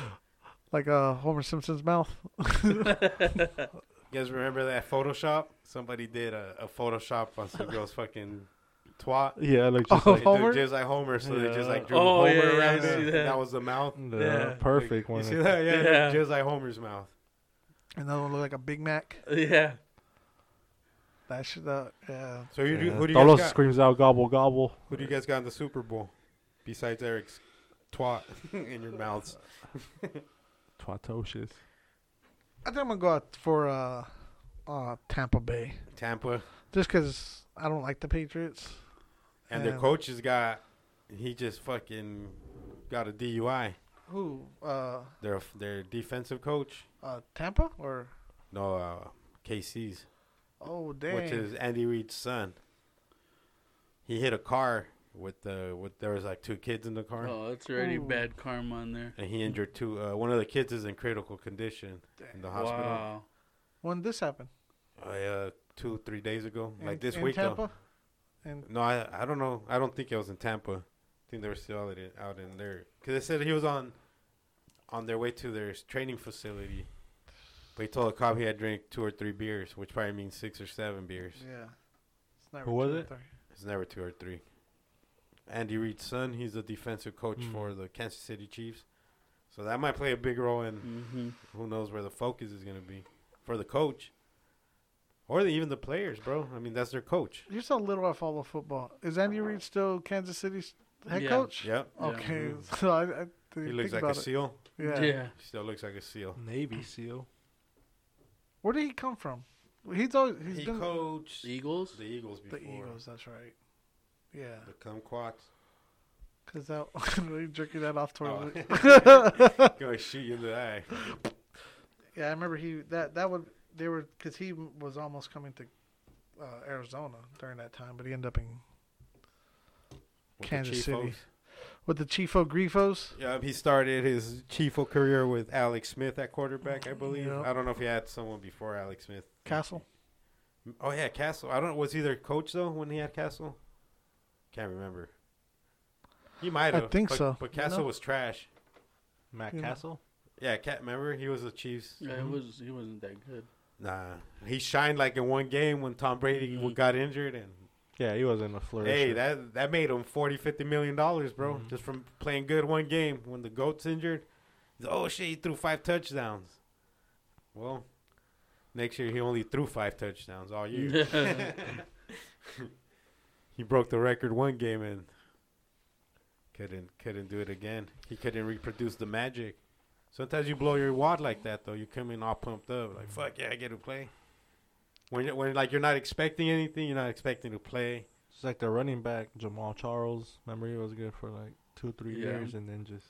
Like uh, Homer Simpson's mouth. You guys remember that Photoshop? Somebody did a, a Photoshop on some girl's fucking twat. yeah, like just Oh. like They drew Homer? just like Homer, so they just like drew Oh, Homer yeah, yeah, I around see it. that. That. was the mouth. the Yeah. perfect You one. see that? Yeah, Yeah. just like Homer's mouth. Another one looked like a Big Mac. yeah. That should, uh, yeah. So who, do, Yeah. who, do you guys Tolos got, screams out gobble gobble. who do you guys got in the Super Bowl besides Eric's twat in your mouths? Twatocious. I think I'm gonna go out for uh, uh, Tampa Bay Tampa just because I don't like the Patriots. and their Um, coach has got he just fucking got a DUI. Who? Uh, Their their defensive coach, uh, Tampa or no, uh, KC's. oh dang. which is Andy Reid's son. He hit a car with the with there was like two kids in the car, Oh, that's already Ooh. bad karma on there. and he injured two. Uh, one of the kids is in critical condition in the hospital. Wow. when did this happen? I, uh, two three days ago, In- like this in week. though. Tampa. And No, I I don't know. I don't think it was in Tampa. I think they were still out in, out in there because they said he was on on their way to their s- training facility. But he told a cop he had drank two or three beers, which probably means six or seven beers. yeah. It's never Who was two or it? three. It's never two or three. Andy Reid's son, he's a defensive coach Mm. for the Kansas City Chiefs. So that might play a big role in hmm who knows where the focus is going to be for the coach or the, even the players, bro. I mean, that's their coach. Here's how little I follow football. Is Andy Reid still Kansas City's head Yeah. coach? Yep. Yeah. Okay, so I, I didn't He looks like think a about it. SEAL. Yeah. Yeah. He still looks like a SEAL. Navy SEAL. Where did he come from? He's always he's he been coached Eagles. the Eagles before. the Eagles. That's right. Yeah, The Kumquats. because that really jerking that off toward. Oh. the- Gonna shoot you in the eye. Yeah, I remember he that that would they were because he was almost coming to uh, Arizona during that time, but he ended up in With the Kansas City. Chiefos. with the Chifo Grifos. Yeah, he started his Chiefo career with Alex Smith at quarterback, I believe. Yep. I don't know if he had someone before Alex Smith. Castle. Oh yeah, Castle. I don't. Was he their coach though when he had Castle? Can't remember. He might I have. think but- so. But Castle No. was trash. Matt Yeah. Castle. Yeah, Cat. Remember he was the Chiefs. Yeah, it was. He wasn't that good. Nah, he shined like in one game when Tom Brady Mhm. got injured, and Yeah, he was in a flourish. hey, that that made him 40, 50 million dollars, bro, Mm-hmm. Mhm. just from playing good one game. When the goat's injured, he's, oh shit, he threw five touchdowns. Well, next year he only threw five touchdowns all year. he broke the record one game and couldn't couldn't do it again. He couldn't reproduce the magic. Sometimes you blow your wad like that though. You come in all pumped up, like fuck yeah, I get to play. When you- when like you're not expecting anything, you're not expecting to play. It's like the running back Jamal Charles. Remember he was good for like two, three Yeah. years, and then just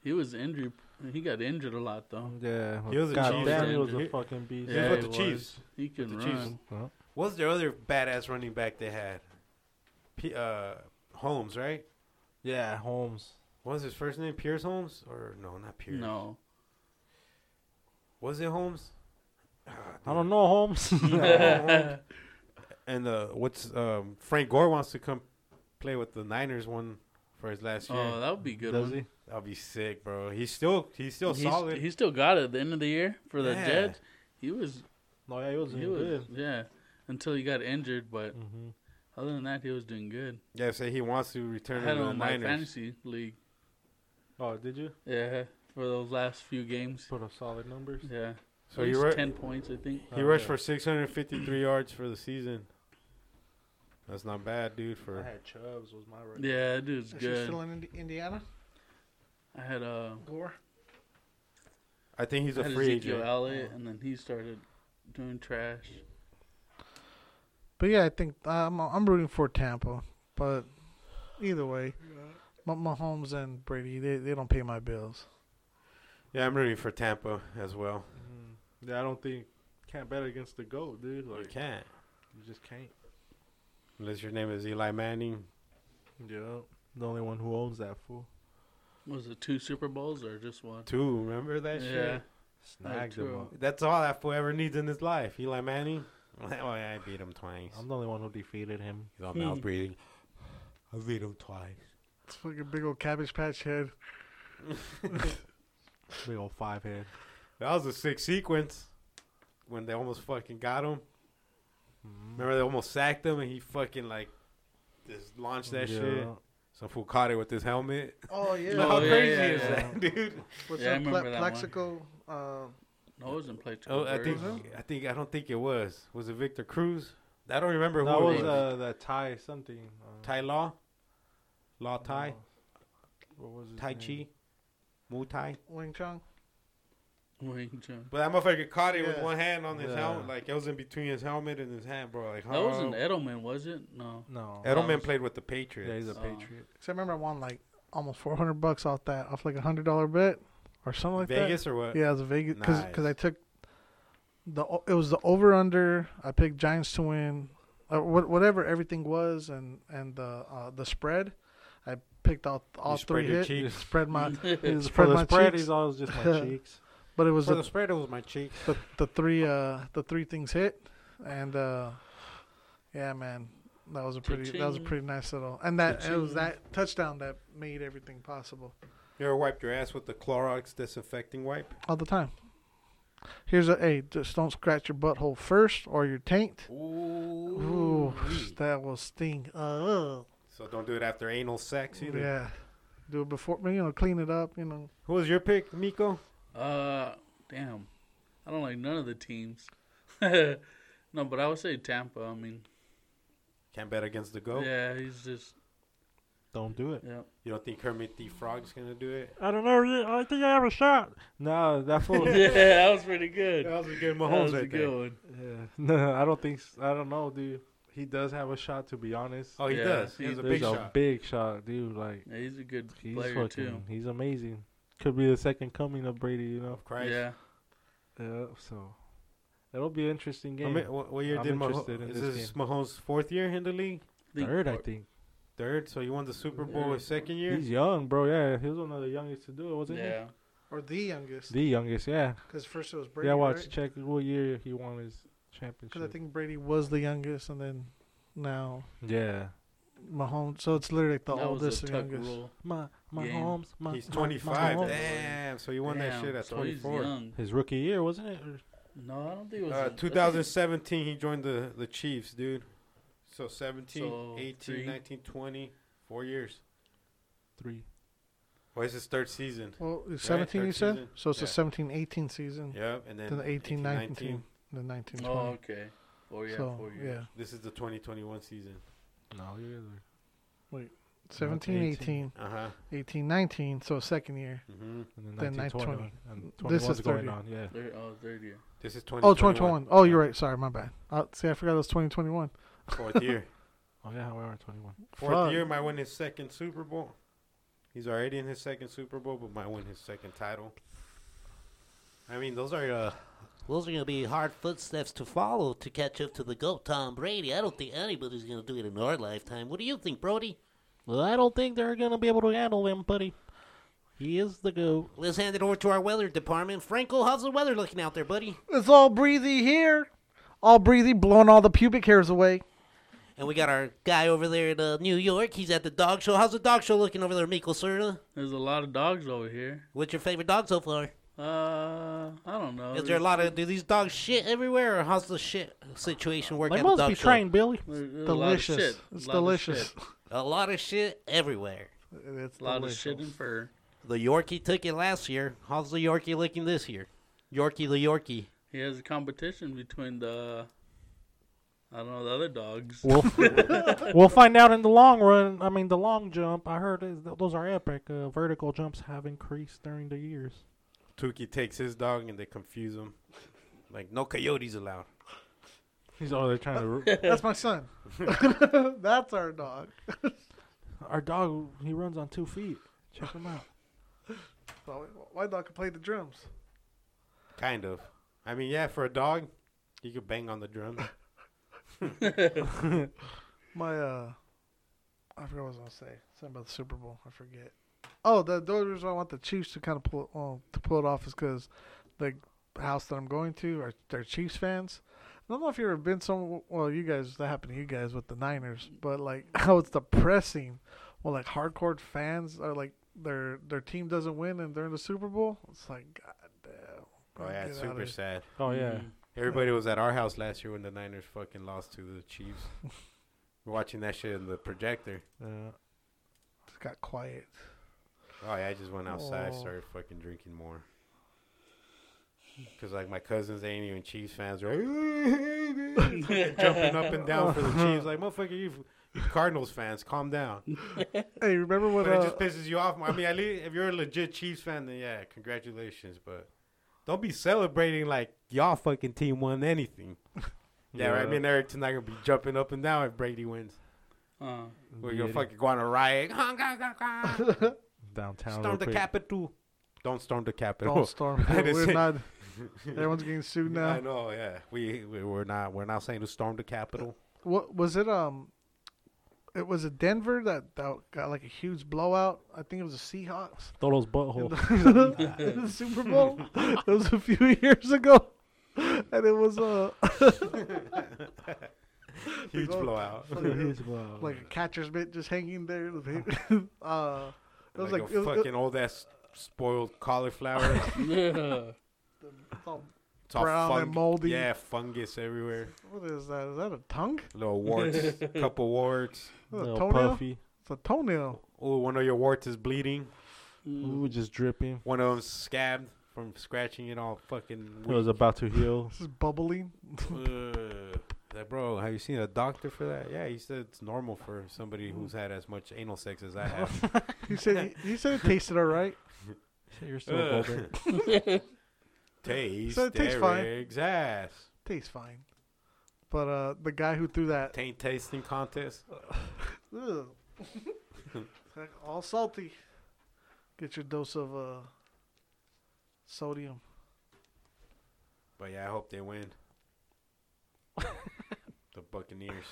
he was injured. He got injured a lot though. yeah. He was a God Chiefs damn, he was a legend. fucking beast. He Yeah, was with he the was. Chiefs. He can the run. Chiefs. Huh? What's their other badass running back they had? P- uh, Holmes, right? Yeah, Holmes. What was his first name? Pierce Holmes or no, not Pierce. No. Was it Holmes? I don't know Holmes. And uh, what's um, Frank Gore wants to come play with the Niners one for his last year. Oh, that would be a good. Does one. he? That'll be sick, bro. He's still he's still He's- solid. He still got it at the end of the year for the Yeah. Jets. He was. No, yeah, he was He doing was. good. Yeah. Until he got injured, but hmm other than that, he was doing good. yeah, say he wants to I return to had him the on my Niners. fantasy league. Oh, did you Yeah. For those last few games. put up solid numbers? Yeah. So At you least were- ten points, I think. He Oh, rushed yeah. for 653 yards for the season. That's not bad, dude. For had Chubbs was my record. Yeah, that dude's Is he good. still in Indi- Indiana? I had uh, Gore. I think he's a had free Ezekiel agent. Elliott, and then he started doing trash. But yeah, I think I'm I'm rooting for Tampa. But either way, Ma- Mahomes and Brady they, they don't pay my bills. Yeah, I'm rooting for Tampa as well. Mm. Yeah, I don't think can't bet against the goat, dude. You Like can't you just can't. unless your name is Eli Manning. Yeah, the only one who owns that fool. Was it two Super Bowls or just one? Two, remember that Yeah. shit? Snagged him up. That's all that fool ever needs in his life. Eli Manning. Well, I beat him twice. I'm the only one who defeated him. He's all Hmm. mouth breathing. I beat him twice. It's fucking big old cabbage patch head. Big old five head. That was a sick sequence when they almost fucking got him. Remember they almost sacked him and he fucking like just launched that shit. Mm-hmm. Yeah. Some fool caught it with his helmet. Oh yeah, No, How yeah, crazy yeah, is yeah. that, dude? what's Yeah, I that? remember Ple- that one. Plexico. Uh, No, it wasn't played two. Oh, I think birds. I think I don't think it was. Was it Victor Cruz? I don't remember That who it was was. uh, that Thai something. Uh, Ty Law, Law Ty, What was his Tai name? Chi, Mu Tai. Wing Chong. Wing Chun. But that motherfucker caught it with Yeah. one hand on his Yeah. helmet, like it was in between his helmet and his hand, bro. Like oh. That wasn't how- Edelman, was it? No. No. Edelman that was- played with the Yeah, Patriots. he's a Oh. patriot. Cause I remember I won like almost 400 bucks off that, off like a hundred dollar bet or something like that. Vegas or what? Yeah, it was Vegas because Nice. I took the o- it was the over under. I picked Giants to win, uh, wha- whatever everything was, and and the uh, the spread. I picked out all spread three your hit. cheeks. Spread my It's spread For the my spread, cheeks, he's always just my cheeks. but it was For the, the spread, it was my cheeks. the the three uh the three things hit, and uh yeah, man. That was a pretty. That was a Cha-ching. pretty nice little, and that it was Cha-ching. that touchdown that made everything possible. You ever wiped your ass with the Clorox disinfecting wipe? all the time. Here's a hey, just don't scratch your butthole first or your taint. Ooh, Ooh. that will sting. Uh, So don't do it after anal sex either. yeah, do it before you know, clean it up. You know, Who was your pick, Nico? Uh, damn. I don't like none of the teams. no, but I would say Tampa. I mean, Can't bet against the goat. yeah, he's just Don't do it. yeah. You don't think Kermit the Frog's gonna do it? I don't know. yeah, I think I have a shot. No, that fool. yeah, that was pretty good. That was a good that was Mahomes a right there. good one. Yeah. No, I don't think. s- I don't know, dude. He does have a shot, to be honest. Oh, he Yeah, does. He he- has a There's big a shot. big shot, dude. Like Yeah, he's a good he's player fucking. too. He's amazing. Could be the second coming of Brady, you know. Of Christ. Yeah, Yeah. So it'll be an interesting I game. mean, what, what year I'm did interested in Mahomes? Is this this Mahomes' fourth year in the league? Third, I think. Third. So you won the Super Bowl Third. his second year. He's young, bro. Yeah, he was one of the youngest to do it, wasn't Yeah, or the youngest, he? The youngest, yeah. because first it was Brady. yeah, watch Because check what year he won his championship. I think Brady was the youngest, and then now yeah. Mahomes. So it's literally like the that was oldest a and tuck youngest. rule. My my Game. homes, my He's my- my 25. homes. Damn. So you won that Damn, shit at Uh, so he's 24. young. His rookie year, wasn't it? Or- No, I don't think it was Uh, that's 2017, he joined the the Chiefs, dude. So 17, So, 18, three. 19, 20, four years. Three. Well, it's his third season. Well, it's 17 you third said, season. so it's Yeah. the 17 18 season, Yep, and then then the 18 19, then 19 a- 20. Oh, okay. Four yeah, so four years. yeah, This is the 2021 season. No, you guys are- 17 18. 18. Uh huh. 18, 19, so second year. hmm and then Then 19, 20, 20. and This 21's is going 30. on. Yeah, Third, oh, third year. This is Oh, 2021. 2021. Oh, you're right. Sorry, my bad. Uh, see, I forgot it was 2021. Fourth year. oh yeah, we are twenty-one. Fourth Fuck. year might win his second Super Bowl. He's already in his second Super Bowl, but might win his second title. I mean, those are uh, Those are going to be hard footsteps to follow to catch up to the GOAT Tom Brady. I don't think anybody's going to do it in our lifetime. What do you think, Brody? Well, I don't think they're gonna be able to handle him, buddy. He is the goat. Let's hand it over to our weather department. Franco, how's the weather looking out there, buddy? It's all breezy here. All breezy, blowing all the pubic hairs away. And we got our guy over there in uh, New York. He's at the dog show. How's the dog show looking over there, Miko Serna? There's a lot of dogs over here. What's your favorite dog so far? Uh, I don't know. Is there a lot of do these dogs shit everywhere, or how's the shit situation work They at the must dog be show? trained, Billy. There- there's a lot of Delicious. shit. It's Lot of delicious. shit. A lot of shit everywhere. It's A lot of delicious. shit and fur. The Yorkie took it last year. How's the Yorkie looking this year? Yorkie the Yorkie. He has a competition between the, I don't know, the other dogs. We'll, f- we'll find out in the long run. I mean, the long jump. I heard is th- those are epic. Uh, vertical jumps have increased during the years. Tukey takes his dog and they confuse him. Like no coyotes allowed. He's over there trying to. That's my son. That's our dog. Our dog, he runs on two feet. Check him out. So my dog can play the drums. Kind of. I mean, yeah, for a dog, you could bang on the drum. My uh, I forgot what I was gonna say. Something about the Super Bowl. I forget. Oh, the, the only reason I want the Chiefs to kind of pull well, to pull it off is because the house that I'm going to are they're Chiefs fans. I don't know if you've ever been some. Well, you guys, that happened to you guys with the Niners, but like how it's depressing. Well, like hardcore fans are like their their team doesn't win and they're in the Super Bowl. It's like God damn. Oh, yeah, it's super sad. Oh, yeah. Everybody was at our house last year when the Niners fucking lost to the Chiefs. We're watching that shit in the projector. Mm-hmm. Yeah. It's got quiet. Oh, yeah, I just went outside, Oh. started fucking drinking more. Because, like, my cousins, they ain't even Chiefs fans. They're like, fucking jumping up and down for the Chiefs. Like, motherfucker, you, you Cardinals fans, calm down. Hey, remember when? But it Uh, just pisses you off. I mean, at least if you're a legit Chiefs fan, then yeah, congratulations. But don't be celebrating like y'all fucking team won anything. Yeah, right. Yeah. Me and Eric's not gonna be jumping up and down if Brady wins. Uh, We're Be gonna it. fucking go on a riot. downtown. storm real the quick. capital. Don't storm the capital. don't storm. I just We're said- not. Everyone's getting sued now. I know. Yeah, we, we we're not we're not saying to storm the capital. What was it? Um, it was a Denver that, that got like a huge blowout. I think it was the Seahawks Tholo's in butthole. the, in the Super Bowl. it was a few years ago, and it was uh, Huge go- blowout. like a catcher's mitt just hanging there. uh, it was like, like, a it was, it, fucking old ass spoiled cauliflower. yeah. it's all- It's all Brown and moldy. Yeah, fungus everywhere. what is that? Is that a tongue? Little warts, couple warts. Is that a Little toenail? puffy. It's a toenail. Oh, one of your warts is bleeding. Mm. mm. Mm-hmm. Ooh, just dripping. One of them's scabbed from scratching it all fucking. It was about to heal. This is bubbling. Ugh. Like, bro, have you seen a doctor for that? Yeah, he said it's normal for somebody who's had as much anal sex as I have. He said he said it tasted all right. You're still Ugh. golden. Taste So it tastes fine. Eric's ass. Tastes fine. But uh, the guy who threw that Taint tasting contest. Ugh. All salty. Get your dose of uh, sodium. But yeah, I hope they win. the Buccaneers.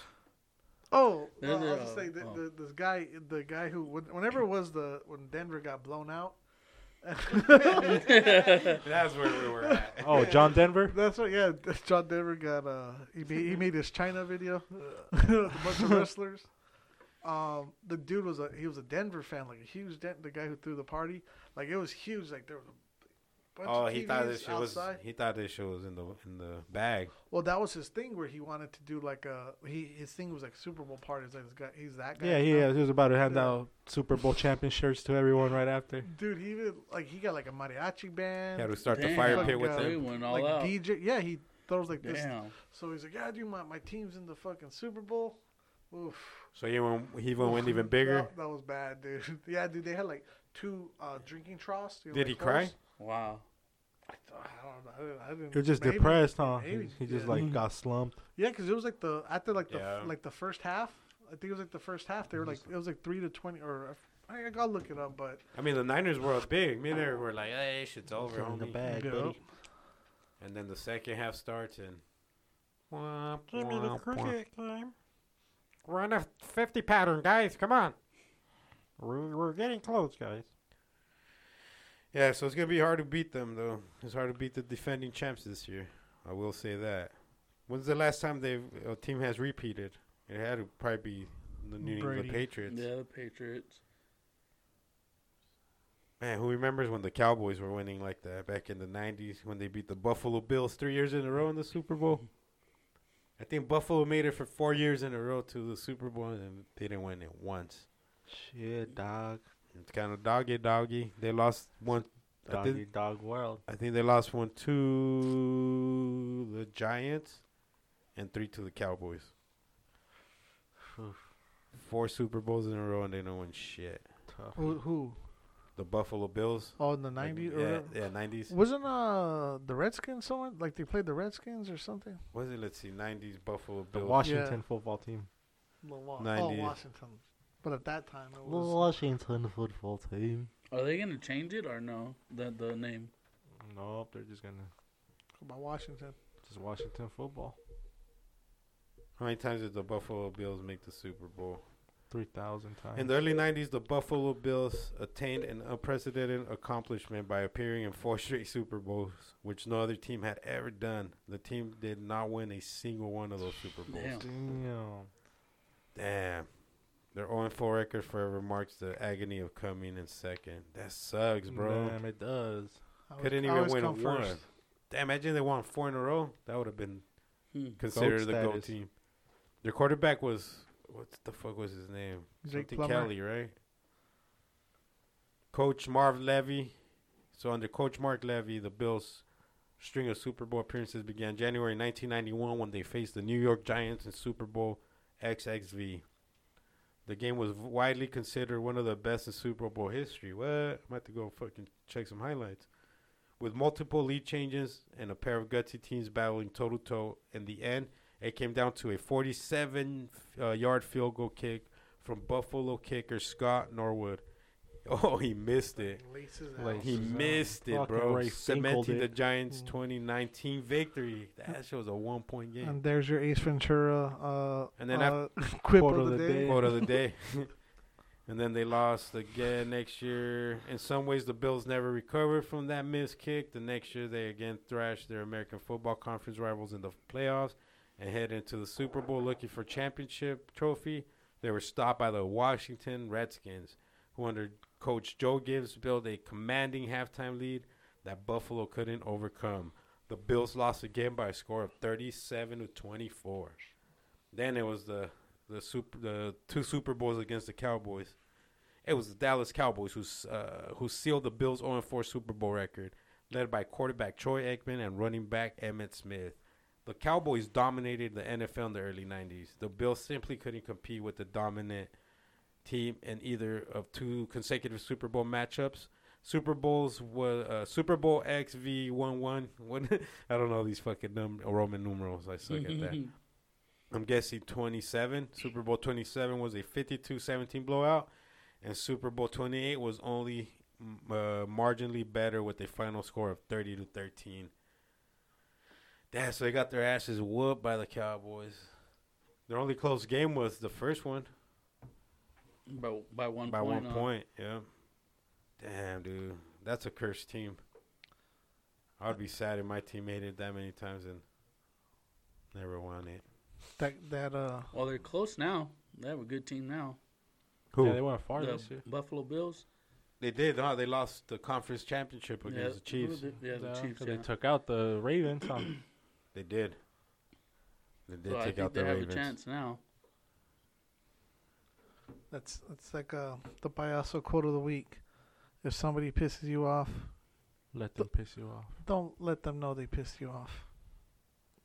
Oh, There's uh, I your, was just uh, saying, th oh. th- this guy, the guy who, when- whenever it was the when Denver got blown out, That's where we were at. Oh, John Denver. that's what. Yeah, John Denver got. Uh, he made, he made his China video, uh, with a bunch of wrestlers. Um, the dude was a he was a Denver fan, like a huge Den- the guy who threw the party, like it was huge. Like there was a bunch Oh, of he thought this TVs shit was. He thought this shit was in the in the bag. Well, that was his thing where he wanted to do like a he his thing was like Super Bowl parties. Like this guy, he's that guy. Yeah, he, you know? is. he was about to hand Yeah. out Super Bowl champion shirts to everyone right after. Dude, he even like he got like a mariachi band. Had to start the Damn. fire Fucking pit with guy. They them. went all like out. DJ. Yeah, he throws like this. Damn. So he's like, yeah, dude, my my team's in the fucking Super Bowl. Oof. So he went, he went, went even bigger. That, that was bad, dude. yeah, dude, they had like two uh, drinking troughs. you know, Did like he cry? holes. Wow. I, thought- I don't know. I didn't. I didn't He was just maybe. depressed, huh? He, Maybe, he just yeah. like Mm-hmm. got slumped. Yeah, because it was like the after like the f Yeah. like the first half. I think it was like the first half. They were like it was like three to twenty or uh, I, I gotta look it up, but I mean, the Niners were up big. Me and Eric were like, "Hey, shit's over, In the homie." bag, Yeah. buddy. And then the second half starts and. Give me the cricket game. We're on a 50 pattern, guys. Come on. We're, we're getting close, guys. Yeah, so it's going to be hard to beat them, though. It's hard to beat the defending champs this year. I will say that. When's the last time they've, a team has repeated? It had to probably be the New Brady. England Patriots. Yeah, the Patriots. Man, who remembers when the Cowboys were winning like that back in the 90s when they beat the Buffalo Bills three years in a row in the Super Bowl? I think Buffalo made it for four years in a row to the Super Bowl and they didn't win it once. Shit, dog. It's kind of doggy doggy. They lost one. I Doggy think, dog world. I think they lost one to the Giants and three to the Cowboys. Four Super Bowls in a row and they don't win shit. Tough. who, who? the Buffalo Bills. Oh, in the nineties. Yeah, yeah, nineties. Wasn't uh the Redskins someone like they played the Redskins or something? What is it? Let's see, nineties Buffalo The Bills. Washington football team. Well, wa- Oh, 90s. Washington. But at that time it was. Washington football team. Are they gonna change it or no? The the name. Nope, they're just gonna by Washington. just Washington football. How many times did the Buffalo Bills make the Super Bowl? Three thousand times. In the early 90s, the Buffalo Bills attained an unprecedented accomplishment by appearing in four straight Super Bowls, which no other team had ever done. The team did not win a single one of those Super Bowls. Damn. Damn. Damn. Their 0 4 record forever marks the agony of coming in second. That sucks, bro. Damn, it does. I always- Couldn't I even always win come one. first. Damn, imagine they won four in a row. That would have been Hmm. considered Goat the GOAT status. team. Their quarterback was, what the fuck was his name? Jake Something Plummer. Kelly, right? Coach Marv Levy. So under Coach Mark Levy, the Bills' string of Super Bowl appearances began January 1991 when they faced the New York Giants in Super Bowl XXV. The game was widely considered one of the best in Super Bowl history. What? I'm about to go fucking check some highlights. With multiple lead changes and a pair of gutsy teams battling toe to toe in the end, it came down to a 47 uh, yard field goal kick from Buffalo kicker Scott Norwood. Oh, he missed it. Laces out. Laces. He Wow. missed it, Fucking bro. Ray Finkel Cementing did. the Giants' 2019 victory. That shit was a one point game. And there's your Ace Ventura. Uh, And then uh, quip Quote of the, day. Quote of the day. and then they lost again next year. In some ways, the Bills never recovered from that missed kick. The next year, they again thrashed their American Football Conference rivals in the playoffs and head into the Super Bowl looking for championship trophy. They were stopped by the Washington Redskins, who under coach Joe Gibbs built a commanding halftime lead that Buffalo couldn't overcome. The Bills lost again by a score of 37 to 24. Then it was the the super the two Super Bowls against the Cowboys. It was the Dallas Cowboys who s- uh, who sealed the Bills' 0-4 Super Bowl record, led by quarterback Troy Aikman and running back Emmett Smith. The Cowboys dominated the NFL in the early 90s. The Bills simply couldn't compete with the dominant team in either of two consecutive Super Bowl matchups. Super Bowls was uh, Super Bowl XV11. What I don't know these fucking num- Roman numerals. I suck at that. I'm guessing 27. Super Bowl 27 was a 52 17 blowout, and Super Bowl 28 was only m- uh, marginally better with a final score of 30 to 13. Damn, so they got their asses whooped by the Cowboys. Their only close game was the first one By by one by point. one uh, point. Yeah. Damn, dude. That's a cursed team. I would be sad if my team made it that many times and never won it. That that uh, Well, they're close now. They have a good team now. Yeah, they went far The this year. Buffalo Bills. They did, huh? They lost the conference championship against yeah, the Chiefs. who they- Yeah, the Yeah, Chiefs. 'cause Yeah. They took out the Ravens. On, They did. They did so I take think out they the have Ravens. a chance now. that's that's like uh the Payaso quote of the week. If somebody pisses you off, let them piss you off. don't let them know they pissed you off.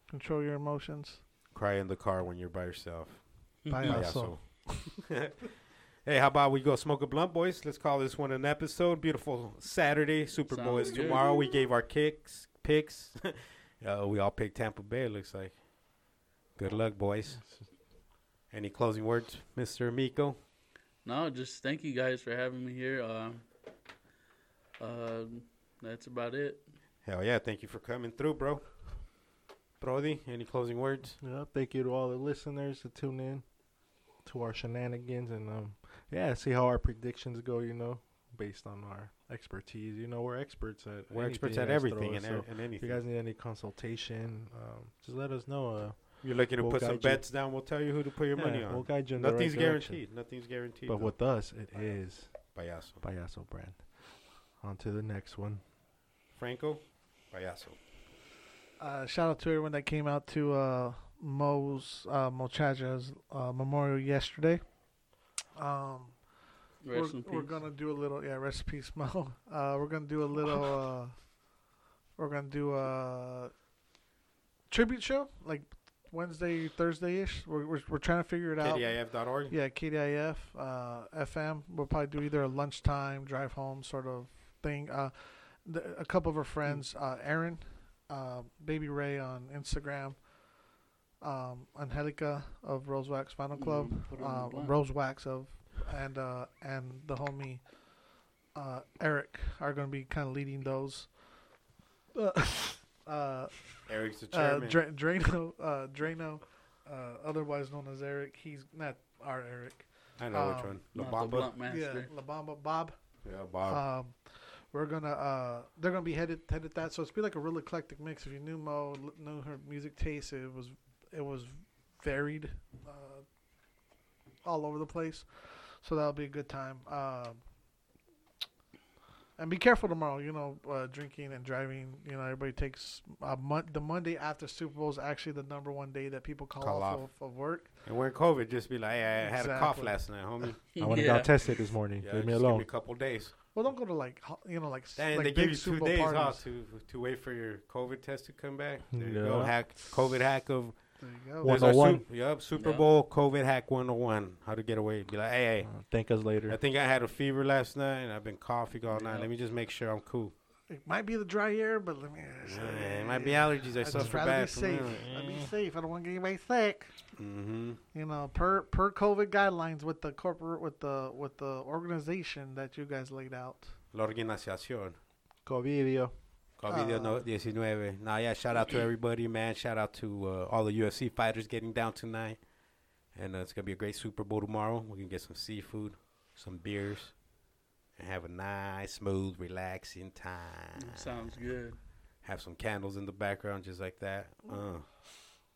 Control your emotions. Cry in the car when you're by yourself. Payaso. Payaso. hey, how about we go smoke a blunt, boys? Let's call this one an episode. Beautiful Saturday. Super Bowl Sounds is good. tomorrow. We gave our kicks, picks. uh, we all picked Tampa Bay, it looks like. Good luck, boys. Any closing words, Mr. Miko? No, just thank you guys for having me here. Um, uh, that's about it. Hell yeah. Thank you for coming through, bro. Brody, any closing words? Yeah, thank you to all the listeners to tune in to our shenanigans and um yeah, see how our predictions go, you know, based on our expertise. You know, we're experts at We're experts anything at that's everything thrown, and, so and if you anything. guys need any consultation, um just let us know. Uh You're looking to We'll put some guide you. bets down. We'll tell you who to put your money yeah, on. We'll guide you in the right Nothing's direction. guaranteed. Nothing's guaranteed. But with us it is Payaso. Payaso brand. On to the next one. Franco, Payaso. Uh, shout out to everyone that came out to uh, Mo's uh, Mochaja's uh, memorial yesterday. Um, Rest we're, in peace. we're gonna do a little yeah rest in peace mo uh we're gonna do a little uh we're gonna do a tribute show like Wednesday, Thursday ish. We're, we're we're trying to figure it out. KDIF.org. Yeah, KDIF, uh, FM. We'll probably do either a lunchtime drive home sort of thing. Uh, th- a couple of her friends, Mm. uh, Aaron, uh, Baby Ray on Instagram, um, Angelica of Rose Wax Final Club, Mm, put her on the uh, block. Rose Wax of, and uh, and the homie uh, Eric are going to be kind of leading those. Uh, uh, Eric's the uh, chairman. Dra- Drano, uh, Drano, uh, otherwise known as Eric. He's not our Eric. I know which Uh, um, one. La Not The Bamba. blunt master. Yeah, La Bamba Bob. Yeah, Uh, Bob. Um, we're gonna uh, they're gonna be headed headed that. So it's be like a real eclectic mix. If you knew Mo, l- knew her music taste, it was it was varied, uh, all over the place. So that'll be a good time. Um, and be careful tomorrow. You know, uh, drinking and driving. You know, everybody takes a mon- the Monday after Super Bowl is actually the number one day that people call, Call off, off. Of, of work. and we're in COVID. Just be like, hey, I had a cough Exactly. last night, homie. I went and got tested this morning. Yeah, Leave me just Give alone. me a couple days. Well, don't go to like ho- you know like s- And like they big give you two Super Bowl days parties. off to to wait for your COVID test to come back. There you go. Yeah. Hack COVID hack of There you go. there's our 101. Sup- Yup, Super Yeah. Bowl COVID hack 101. How to get away? Be like, hey, Uh, thank us hey, I later. think I had a fever last night and I've been coughing all night. Yeah. Let me just make sure I'm cool. It might be the dry air, but let me. Yeah, it might be allergies. I I'd just suffer rather be bad safe. from I'd be safe. I don't want to get anybody sick. Mm-hmm. You know, per per COVID guidelines with the corporate with the with the organization that you guys laid out. La organización. Convivio. COVID-19. Ah. Nah, yeah, shout out to everybody, man. Shout out to uh, all the UFC fighters getting down tonight. And uh, it's going to be a great Super Bowl tomorrow. We're going to get some seafood, some beers, and have a nice, smooth, relaxing time. Sounds good. Have some candles in the background just like that. Uh,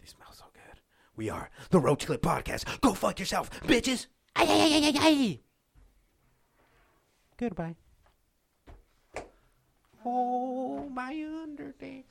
they smell so good. We are the Roach Clip Podcast. Go fuck yourself, bitches. Ay, ay, ay, ay, ay, ay. Goodbye. Oh, my undertaker.